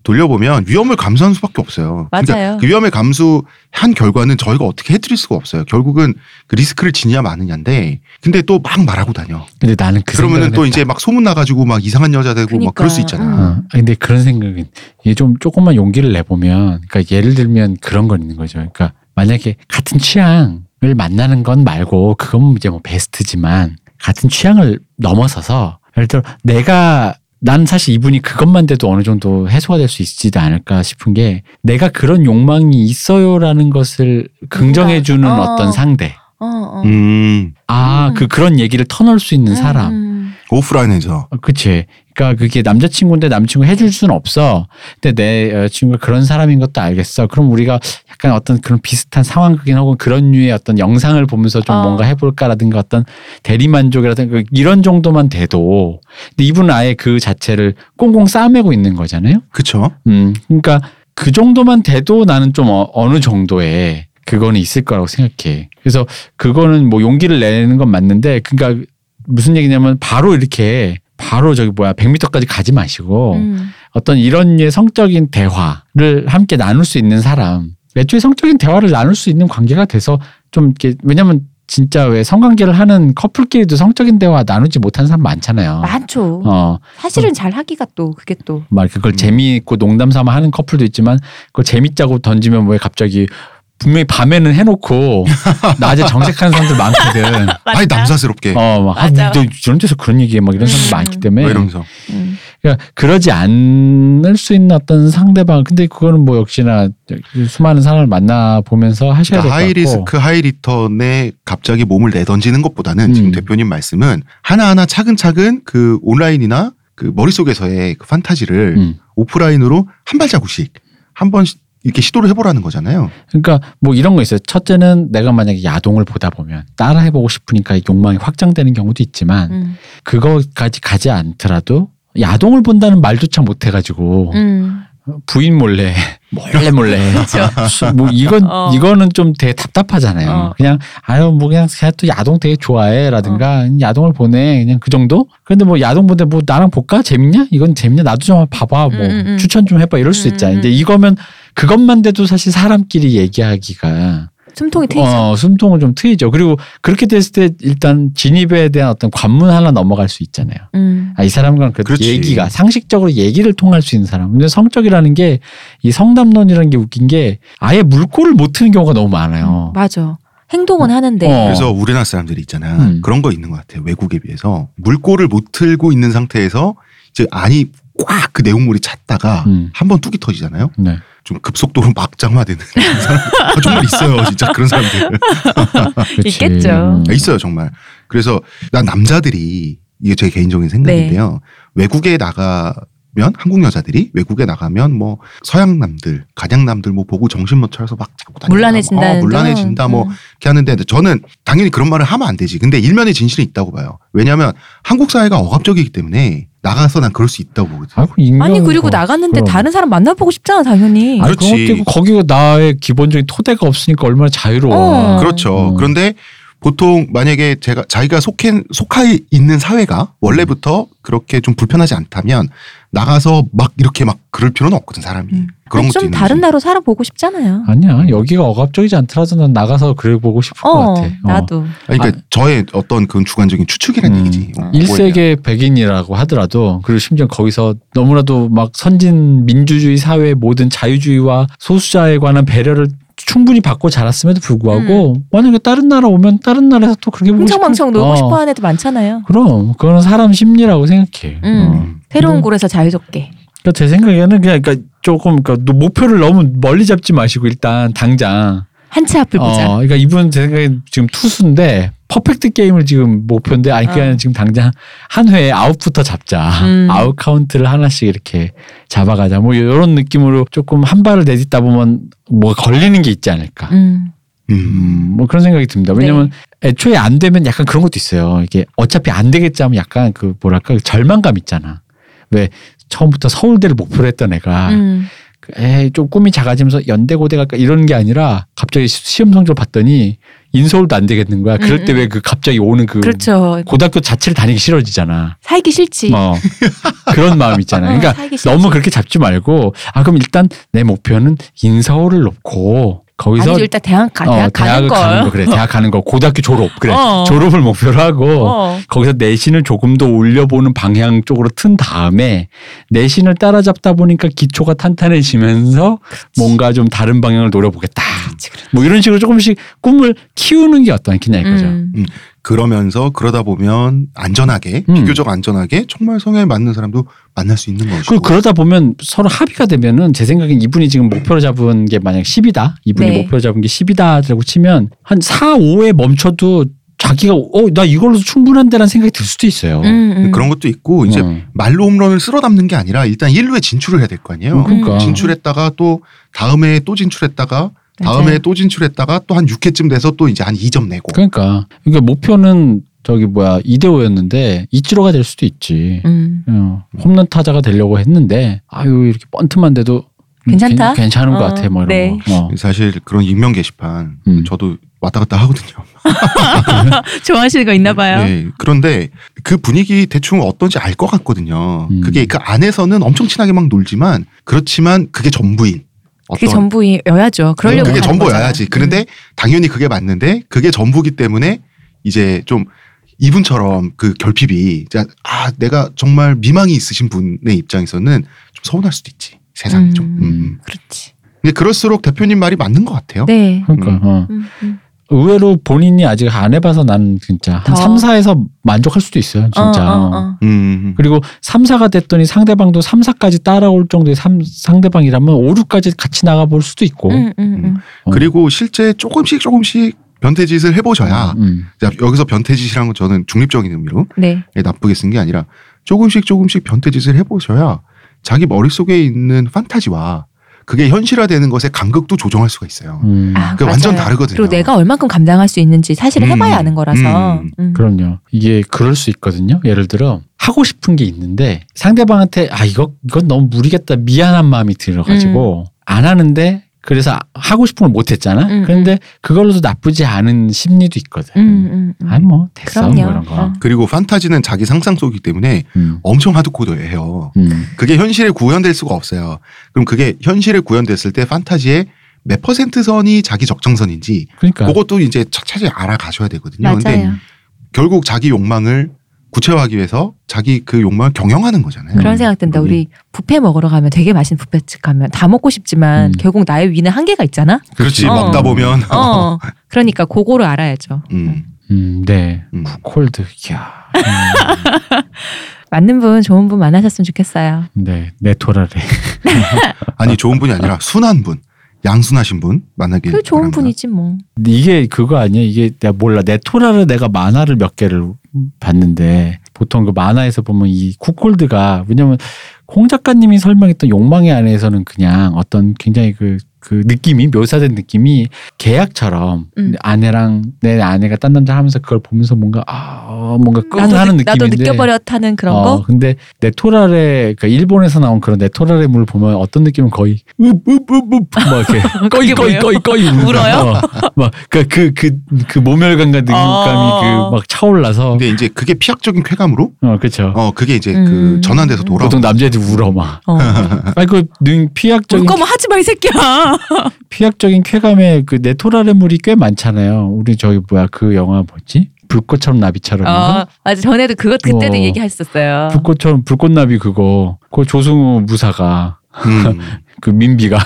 돌려보면 위험을 감수한 수밖에 없어요.
맞아요.
그 위험을 감수한 결과는 저희가 어떻게 해드릴 수가 없어요. 결국은 그 리스크를 지냐 마느냐인데 근데 또 막 말하고 다녀.
근데 나는 그
그러면은
생각을
또
했다.
이제 막 소문 나가지고 막 이상한 여자 되고 막 그럴 수
그러니까,
있잖아.
음.
어, 근데 그런 생각은 이게 좀 조금만 용기를 내보면 그러니까 예를 들면 그런 건 있는 거죠. 그러니까 만약에 같은 취향을 만나는 건 말고 그건 이제 뭐 베스트지만 같은 취향을 넘어서서 예를 들어 내가 난 사실 이분이 그것만 돼도 어느 정도 해소가 될 수 있지도 않을까 싶은 게 내가 그런 욕망이 있어요라는 것을 긍정해 주는
어.
어떤 상대.
어, 어.
음
아,
음.
그 그런 얘기를 터널 수 있는 사람.
음,
오프라인에서
어, 그치. 그러니까 그게 남자친구인데 남친구 해줄 수는 없어. 근데 내 여자친구가 그런 사람인 것도 알겠어. 그럼 우리가 약간 어떤 그런 비슷한 상황극이나 혹은 그런 류의 어떤 영상을 보면서 좀
어.
뭔가 해볼까라든가 어떤 대리만족이라든가 그, 이런 정도만 돼도 근데 이분은 아예 그 자체를 꽁꽁 싸매고 있는 거잖아요.
그쵸?
음, 그러니까 그 정도만 돼도 나는 좀 어, 어느 정도의 그거는 있을 거라고 생각해. 그래서 그거는 뭐 용기를 내는 건 맞는데, 그러니까 무슨 얘기냐면 바로 이렇게 바로 저기 뭐야 100m까지 가지 마시고
음.
어떤 이런 류의 성적인 대화를 함께 나눌 수 있는 사람, 애초에 성적인 대화를 나눌 수 있는 관계가 돼서 좀 이렇게 왜냐면 진짜 왜 성관계를 하는 커플끼리도 성적인 대화 나누지 못하는 사람 많잖아요.
많죠.
어,
사실은 잘 하기가 또 그게 또
막 그걸
음.
재미있고 농담 삼아 하는 커플도 있지만 그걸 재밌자고 던지면 왜 갑자기 분명히 밤에는 해놓고 낮에 정색하는 사람들 많거든.
아니 남사스럽게
어, 막, 아,
맞아.
근데 저런 데서 그런 얘기해 막 이런 사람들
음.
많기
막
때문에
이러면서
음.
그러니까 그러지 않을 수 있는 어떤 상대방 근데 그거는 뭐 역시나 수많은 사람을 만나 보면서 하셔야 될 것
그러니까 하이
같고
리스크 하이 리턴에 갑자기 몸을 내던지는 것보다는 지금
음.
대표님 말씀은 하나하나 차근차근 그 온라인이나 그 머릿속에서의 그 판타지를
음.
오프라인으로 한 발자국씩 한 번 이렇게 시도를 해보라는 거잖아요.
그러니까 뭐 이런 거 있어요. 첫째는 내가 만약에 야동을 보다 보면 따라 해보고 싶으니까 욕망이 확장되는 경우도 있지만
음.
그거까지 가지 않더라도 야동을 본다는 말조차 못 해가지고
음.
부인 몰래 몰래 몰래 수- 뭐 이건
그렇죠. 어.
이거는 좀 되게 답답하잖아요.
어.
그냥 아유 뭐 그냥 걔또 야동 되게
어.
좋아해라든가 야동을 보내 그냥 그 정도. 그런데 뭐 야동 보는데 뭐 나랑 볼까 재밌냐? 이건 재밌냐? 나도 좀 한번 봐봐 뭐
음, 음, 음.
추천 좀 해봐 이럴 수
음,
있잖아. 근데
음.
이거면 그것만 돼도 사실 사람끼리 얘기하기가
숨통이 트이죠.
어, 숨통을 좀 트이죠. 그리고 그렇게 됐을 때 일단 진입에 대한 어떤 관문 하나 넘어갈 수 있잖아요.
음.
아, 이 사람과는 그
그렇지.
얘기가 상식적으로 얘기를 통할 수 있는 사람. 근데 성적이라는 게 이 성담론이라는 게 웃긴 게 아예 물꼬를 못 트는 경우가 너무 많아요.
맞아. 행동은 하는데
어.
그래서 우리나라 사람들이 있잖아
음.
그런 거 있는 것 같아요. 외국에 비해서 물꼬를 못 틀고 있는 상태에서 이제 안이 꽉 그 내용물이 찼다가
음.
한 번 뚝이 터지잖아요.
네.
좀 급속도로 막장화되는 그런 사람 아, 정말 있어요, 진짜 그런 사람들.
그렇지.
있겠죠.
음.
아, 있어요 정말. 그래서 난 남자들이 이게 제 개인적인 생각인데요.
네.
외국에 나가면 한국 여자들이 외국에 나가면 뭐 서양 남들, 가양 남들 뭐 보고 정신 못 차려서 막 자꾸 다니고
물란해진다는 음.
어, 물란해진다 뭐 이렇게 하는데 근데 저는 당연히 그런 말을 하면 안 되지. 근데 일면의 진실이 있다고 봐요. 왜냐하면 한국 사회가 억압적이기 때문에 나가서 난 그럴 수 있다고 보거든요.
아이고, 인간
아니 그리고
그거.
나갔는데
뭐 그럼.
다른 사람 만나보고 싶잖아 당연히.
아니,
그렇지.
그것도 있고 거기가 나의 기본적인 토대가 없으니까 얼마나 자유로워.
어.
그렇죠.
음.
그런데 보통 만약에 제가 자기가 속해 속해 있는 사회가 원래부터 그렇게 좀 불편하지 않다면 나가서 막 이렇게 막 그럴 필요는 없거든 사람이.
음.
그런
아니,
것도
좀
있는
다른
거지.
나로 살아보고 싶잖아요.
아니야 여기가 억압적이지 않더라도 난 나가서 그래 보고 싶을 것
어
같아. 어.
나도.
아니, 그러니까 저의 어떤 그런 주관적인 추측이라는
음.
얘기지. 어,
1세계 백인이라고 하더라도 그리고 심지어 거기서 너무나도 막 선진 민주주의 사회의 모든 자유주의와 소수자에 관한 배려를 충분히 받고 자랐음에도 불구하고 만약에 다른 나라 오면 다른 나라에서 또 그렇게 보고 싶은
흥청망청
어,
놀고 싶어하는 애들 많잖아요.
그럼 그거는 사람 심리라고 생각해.
음.
어.
음.
새로운
이건-
곳에서 자유롭게.
그러니까 제 생각에는 그냥 그러니까 조금 그러니까 노- 목표를 너무 멀리 잡지 마시고 일단 당장.
한 치 앞을 보자.
어, 그러니까 이분 제 생각에 지금 투수인데 퍼펙트 게임을 지금 목표인데 아니 그냥
어.
지금 당장 한 회에 아웃부터 잡자.
음.
아웃 카운트를 하나씩 이렇게 잡아가자. 뭐 이런 느낌으로 조금 한 발을 내딛다 보면 뭐 걸리는 게 있지 않을까.
음. 네.
음.
음, 뭐 그런 생각이 듭니다. 왜냐면 애초에 안 되면 약간 그런 것도 있어요. 이게 어차피 안 되겠지 하면 약간 그 뭐랄까 그 절망감 있잖아. 왜 처음부터 서울대를 목표로 했던 애가
음.
그 에이 좀 꿈이 작아지면서 연대 고대 갈까 이런 게 아니라 갑자기 시- 시험 성적을 봤더니 인서울도 안 되겠는 거야. 그럴
음,
때 왜 그 갑자기 오는 그
그렇죠.
고등학교 자체를 다니기 싫어지잖아.
살기 싫지.
어. 그런 마음 있잖아.
어,
그러니까
살기 싫지.
너무 그렇게 잡지 말고 아 그럼 일단 내 목표는 인서울을 놓고 거기서
아니죠 일단 대학 가
어,
대학 가는
대학을
거.
가는 거 그래 대학 가는 거 고등학교 졸업 그래
어.
졸업을 목표로 하고
어.
거기서 내신을 조금 더 올려보는 방향 쪽으로 튼 다음에 내신을 따라잡다 보니까 기초가 탄탄해지면서 뭔가 좀 다른 방향을 노려보겠다 뭐 이런 식으로 조금씩 꿈을 키우는 게 어떠냐 이거죠
음.
그러면서 그러다 보면 안전하게
음.
비교적 안전하게 정말 성향에 맞는 사람도 만날 수 있는
그
것이고
그러다 보면 서로 합의가 되면은 제 생각엔 이분이 지금 목표로 잡은 게 만약 10이다. 이분이
네.
목표로 잡은 게 10이다라고 치면 한 4, 5에 멈춰도 자기가 어, 나 이걸로 충분한데라는 생각이 들 수도 있어요.
음, 음.
그런 것도 있고 이제
어.
말로 홈런을 쓸어 담는 게 아니라 일단 1루에 진출을 해야 될 거 아니에요.
그러니까.
음, 진출했다가 또 다음에 또 진출했다가 다음에
맞아요.
또 진출했다가 또 한 6회쯤 돼서 또 이제 한 2점 내고
그러니까. 그러니까 목표는 저기 뭐야 이대호였는데 이치로가 될 수도 있지.
음.
어, 홈런 타자가 되려고 했는데 아유 이렇게 번트만 돼도 음,
괜찮다?
괜- 괜찮은 것
어,
같아 뭐 이런
네.
거. 어.
사실 그런 익명 게시판
음.
저도 왔다 갔다 하거든요.
좋아하시는 거 있나 봐요.
네. 그런데 그 분위기 대충 어떤지 알 것 같거든요.
음.
그게 그 안에서는 엄청 친하게 막 놀지만 그렇지만 그게 전부인
그게
어떤
전부여야죠. 그러려고
그게
하는
전부여야지.
거잖아요. 음.
그런데 당연히 그게 맞는데 그게 전부기 때문에 이제 좀 이분처럼 그 결핍이 이제 아 내가 정말 미망이 있으신 분의 입장에서는 좀 서운할 수도 있지. 세상이 좀.
음.
음.
그렇지.
근데 그럴수록 대표님 말이 맞는 것 같아요.
네.
그러니까.
음.
어.
음, 음.
의외로 본인이 아직 안 해봐서 난 진짜 한
더.
3, 4에서 만족할 수도 있어요. 진짜.
어, 어, 어.
음.
그리고 3, 4가 됐더니 상대방도 3, 4까지 따라올 정도의 삼- 상대방이라면 5, 6까지 같이 나가볼 수도 있고.
음, 음, 음.
음. 그리고 실제 조금씩 조금씩 변태짓을 해보셔야
음.
자, 여기서 변태짓이라는 건 저는 중립적인 의미로
네.
예, 나쁘게 쓴 게 아니라 조금씩 조금씩 변태짓을 해보셔야 자기 머릿속에 있는 판타지와 그게 현실화되는 것의 간극도 조정할 수가 있어요.
음.
아,
그게 완전
맞아요.
다르거든요.
그리고 내가 얼만큼 감당할 수 있는지 사실 해봐야
음,
아는 거라서.
음,
음.
그럼요. 이게 그럴 수 있거든요. 예를 들어 하고 싶은 게 있는데 상대방한테 아 이거 이건 너무 무리겠다 미안한 마음이 들어가지고 안 하는데 그래서 하고 싶은 걸 못했잖아.
음,
그런데 그걸로도 나쁘지 않은 심리도 있거든.
음, 음, 음.
아니 뭐 됐어
그럼요.
뭐 이런 거.
어.
그리고 판타지는 자기 상상 속이기 때문에
음.
엄청 하드코어해요.
음.
그게 현실에 구현될 수가 없어요. 그럼 그게 현실에 구현됐을 때 판타지의 몇 퍼센트 선이 자기 적정선인지
그러니까
그것도 이제 차차히 알아가셔야 되거든요. 근데
맞아요.
결국 자기 욕망을 구체화하기 위해서 자기 그 욕망을 경영하는 거잖아요.
그런 생각 든다. 우리 뷔페 먹으러 가면 되게 맛있는 뷔페집 가면 다 먹고 싶지만
음.
결국 나의 위는 한계가 있잖아.
그렇지
어.
먹다 보면
어. 그러니까 그거를 알아야죠.
음,
음, 네.
음.
콜드. 야. 음.
맞는 분, 좋은 분 만나셨으면 좋겠어요.
네. 네토라래.
아니 좋은 분이 아니라 순한 분 양순하신 분 만나길
그 좋은
바랍니다.
분이지 뭐.
이게 그거 아니야? 이게 내가 몰라. 네토라를 내가 만화를 몇 개를 봤는데 보통 그 만화에서 보면 이 쿠콜드가 왜냐면 홍 작가님이 설명했던 욕망의 안에서는 그냥 어떤 굉장히 그, 그 느낌이 묘사된 느낌이 계약처럼
음.
아내랑 내 아내가 딴 남자 하면서 그걸 보면서 뭔가 아 어, 뭔가
나도,
끙하는
느-
느낌인데
나도 느껴버렸다는 그런
어,
거.
근데 네토랄의 그러니까 일본에서 나온 그런 네토랄의 물을 보면 어떤 느낌은 거의 읍읍읍읍 막 이렇게 꺼이 꺼이
그게 뭐예요?
꺼이 꺼이
울어요?
막그그그 그 모멸감과 느낌감이
어.
그 막 차올라서
근데 이제 그게 피약적인 쾌감으로
어 그렇죠.
어 그게 이제
음.
그 전환돼서 돌아.
보통 남자애들 울어 막.
어.
아니 그능 피약적인
울거 뭐 하지 마, 이 새끼야.
피약적인 쾌감의 그 네토랄의 물이 꽤 많잖아요. 우리 저기 뭐야 그 영화 뭐지? 불꽃처럼 나비처럼.
어, 맞아. 전에도 그것 그때도
어.
얘기하셨어요.
불꽃처럼 불꽃나비 그거. 그 조승우 무사가
음.
그 민비가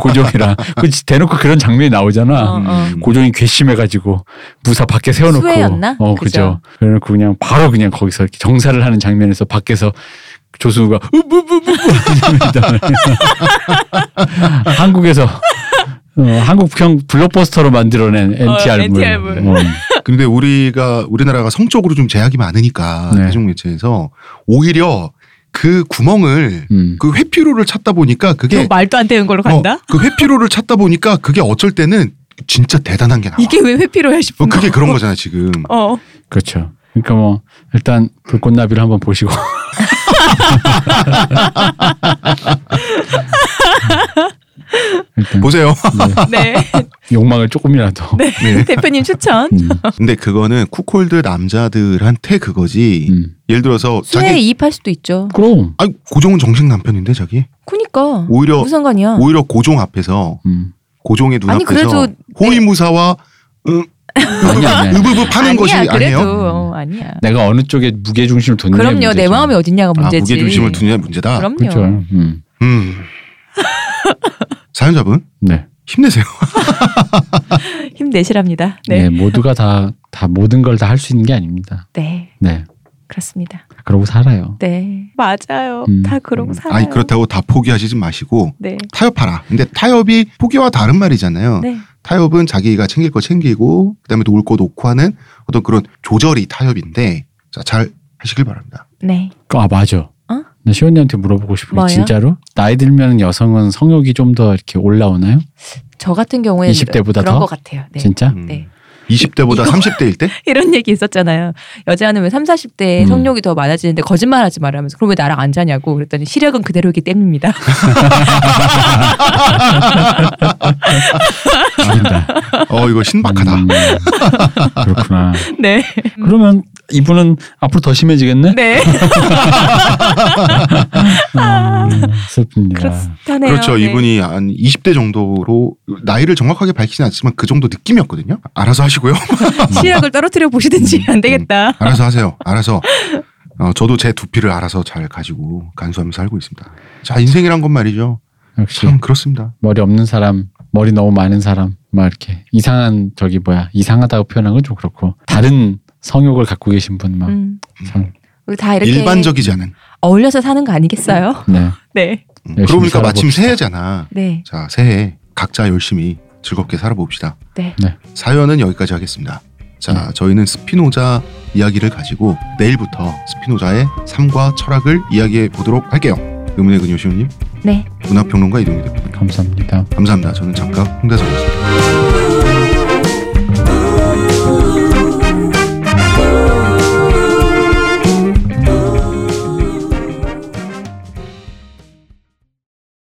고종이랑 그 대놓고 그런 장면이 나오잖아.
어, 어.
음.
고종이 괘씸해가지고 무사 밖에 세워놓고
수혜였나?
어 그죠.
그죠.
그래놓고 그냥 바로 그냥 거기서 이렇게 정사를 하는 장면에서 밖에서 조수가 우부부부부 한국에서 어, 한국형 블록버스터로 만들어낸 NTR 물.
NTR 물.
어,
근데 우리가 우리나라가 성적으로 좀 제약이 많으니까
네.
대중 매체에서 오히려 그 구멍을
음.
그 회피로를 찾다 보니까 그게
말도 안 되는 걸로
어, 그 회피로를 찾다 보니까 그게 어쩔 때는 진짜 대단한 게 나와.
이게 왜 회피로야
어,
싶은 거.
그게 그런 거잖아 지금.
어.
그렇죠. 그러니까 뭐 일단 불꽃나비를 한번 보시고 일단
보세요.
네.
욕망을 조금이라도
네.
대표님 추천.
음,
근데 그거는 쿠콜드 남자들한테 그거지.
음.
예를 들어서
수혜에
자기
이입할 수도 있죠.
그럼
아니 고종은 정식 남편인데 자기
그니까.
오히려
무슨 상관이야.
오히려 고종 앞에서
음.
고종의 눈
아니,
앞에서
그래도 네.
호위무사와 음,
아니, 아니, 아니.
으부부 파는 것이
아니야, 그래도.
아니에요. 음.
어, 아니야.
내가 어느 쪽에 무게 중심을 뒀냐
그럼요. 내 마음이 어딨냐가
아,
문제지.
무게 중심을 두냐 문제다.
그럼요.
그렇죠. 음.
음. 사연자분
네.
힘내세요.
힘내시랍니다.
네.
네.
모두가 다, 다 모든 걸 다 할 수 있는 게 아닙니다.
네.
네.
그렇습니다.
그러고 살아요.
네. 맞아요.
음.
다 그러고 살아요.
아니 그렇다고 다 포기하시지 마시고
네.
타협하라. 근데 타협이 포기와 다른 말이잖아요.
네.
타협은 자기가 챙길 거 챙기고 그다음에 놓을 거 놓고 하는 어떤 그런 조절이 타협인데 자, 잘 하시길 바랍니다.
네.
아 맞아.
어?
나 시온이한테 물어보고 싶은 게
뭐예요?
진짜로 나이 들면 여성은 성욕이 좀 더 이렇게 올라오나요?
저 같은 경우에는
20대보다
그런
더?
것 같아요. 네.
진짜?
음.
네.
20대보다 30대일 때?
이런 얘기 있었잖아요. 여자는 왜 30, 40대에
음.
성욕이 더 많아지는데 거짓말하지 말하면서 그럼 왜 나랑 안 자냐고 그랬더니 시력은 그대로이기 때문입니다.
죽인다.
어 이거 신박하다.
음, 그렇구나.
네.
그러면 이분은 앞으로 더 심해지겠네?
네.
음, 슬픕니다.
네. 그렇다네요.
그렇죠.
네.
이분이 한 20대 정도로 나이를 정확하게 밝히진 않지만 그 정도 느낌이었거든요. 알아서 하시고요.
시력을 떨어뜨려 보시든지 안 되겠다.
알아서 하세요. 알아서. 어, 저도 제 두피를 알아서 잘 가지고 간수하면서 살고 있습니다. 자, 인생이란 건 말이죠.
역시
참 그렇습니다.
머리 없는 사람, 머리 너무 많은 사람, 막 이렇게 이상한 저기 뭐야 이상하다고 표현한 건 좀 그렇고 다른 성욕을 갖고 계신 분 막.
음.
참,
우리 다 이렇게
일반적이지 않은.
어울려서 사는 거 아니겠어요?
네.
네.
음,
열심히
그러니까 마침
살아봅시다.
새해잖아.
네.
자, 새해 각자 열심히 즐겁게 살아봅시다.
네.
네.
사연은 여기까지 하겠습니다. 자,
네.
저희는 스피노자 이야기를 가지고 내일부터 스피노자의 삶과 철학을 이야기해 보도록 할게요. 의문의 근요시우님,
네.
문화평론가 이동희 대표님,
감사합니다.
감사합니다. 저는 작가 홍대성이었습니다.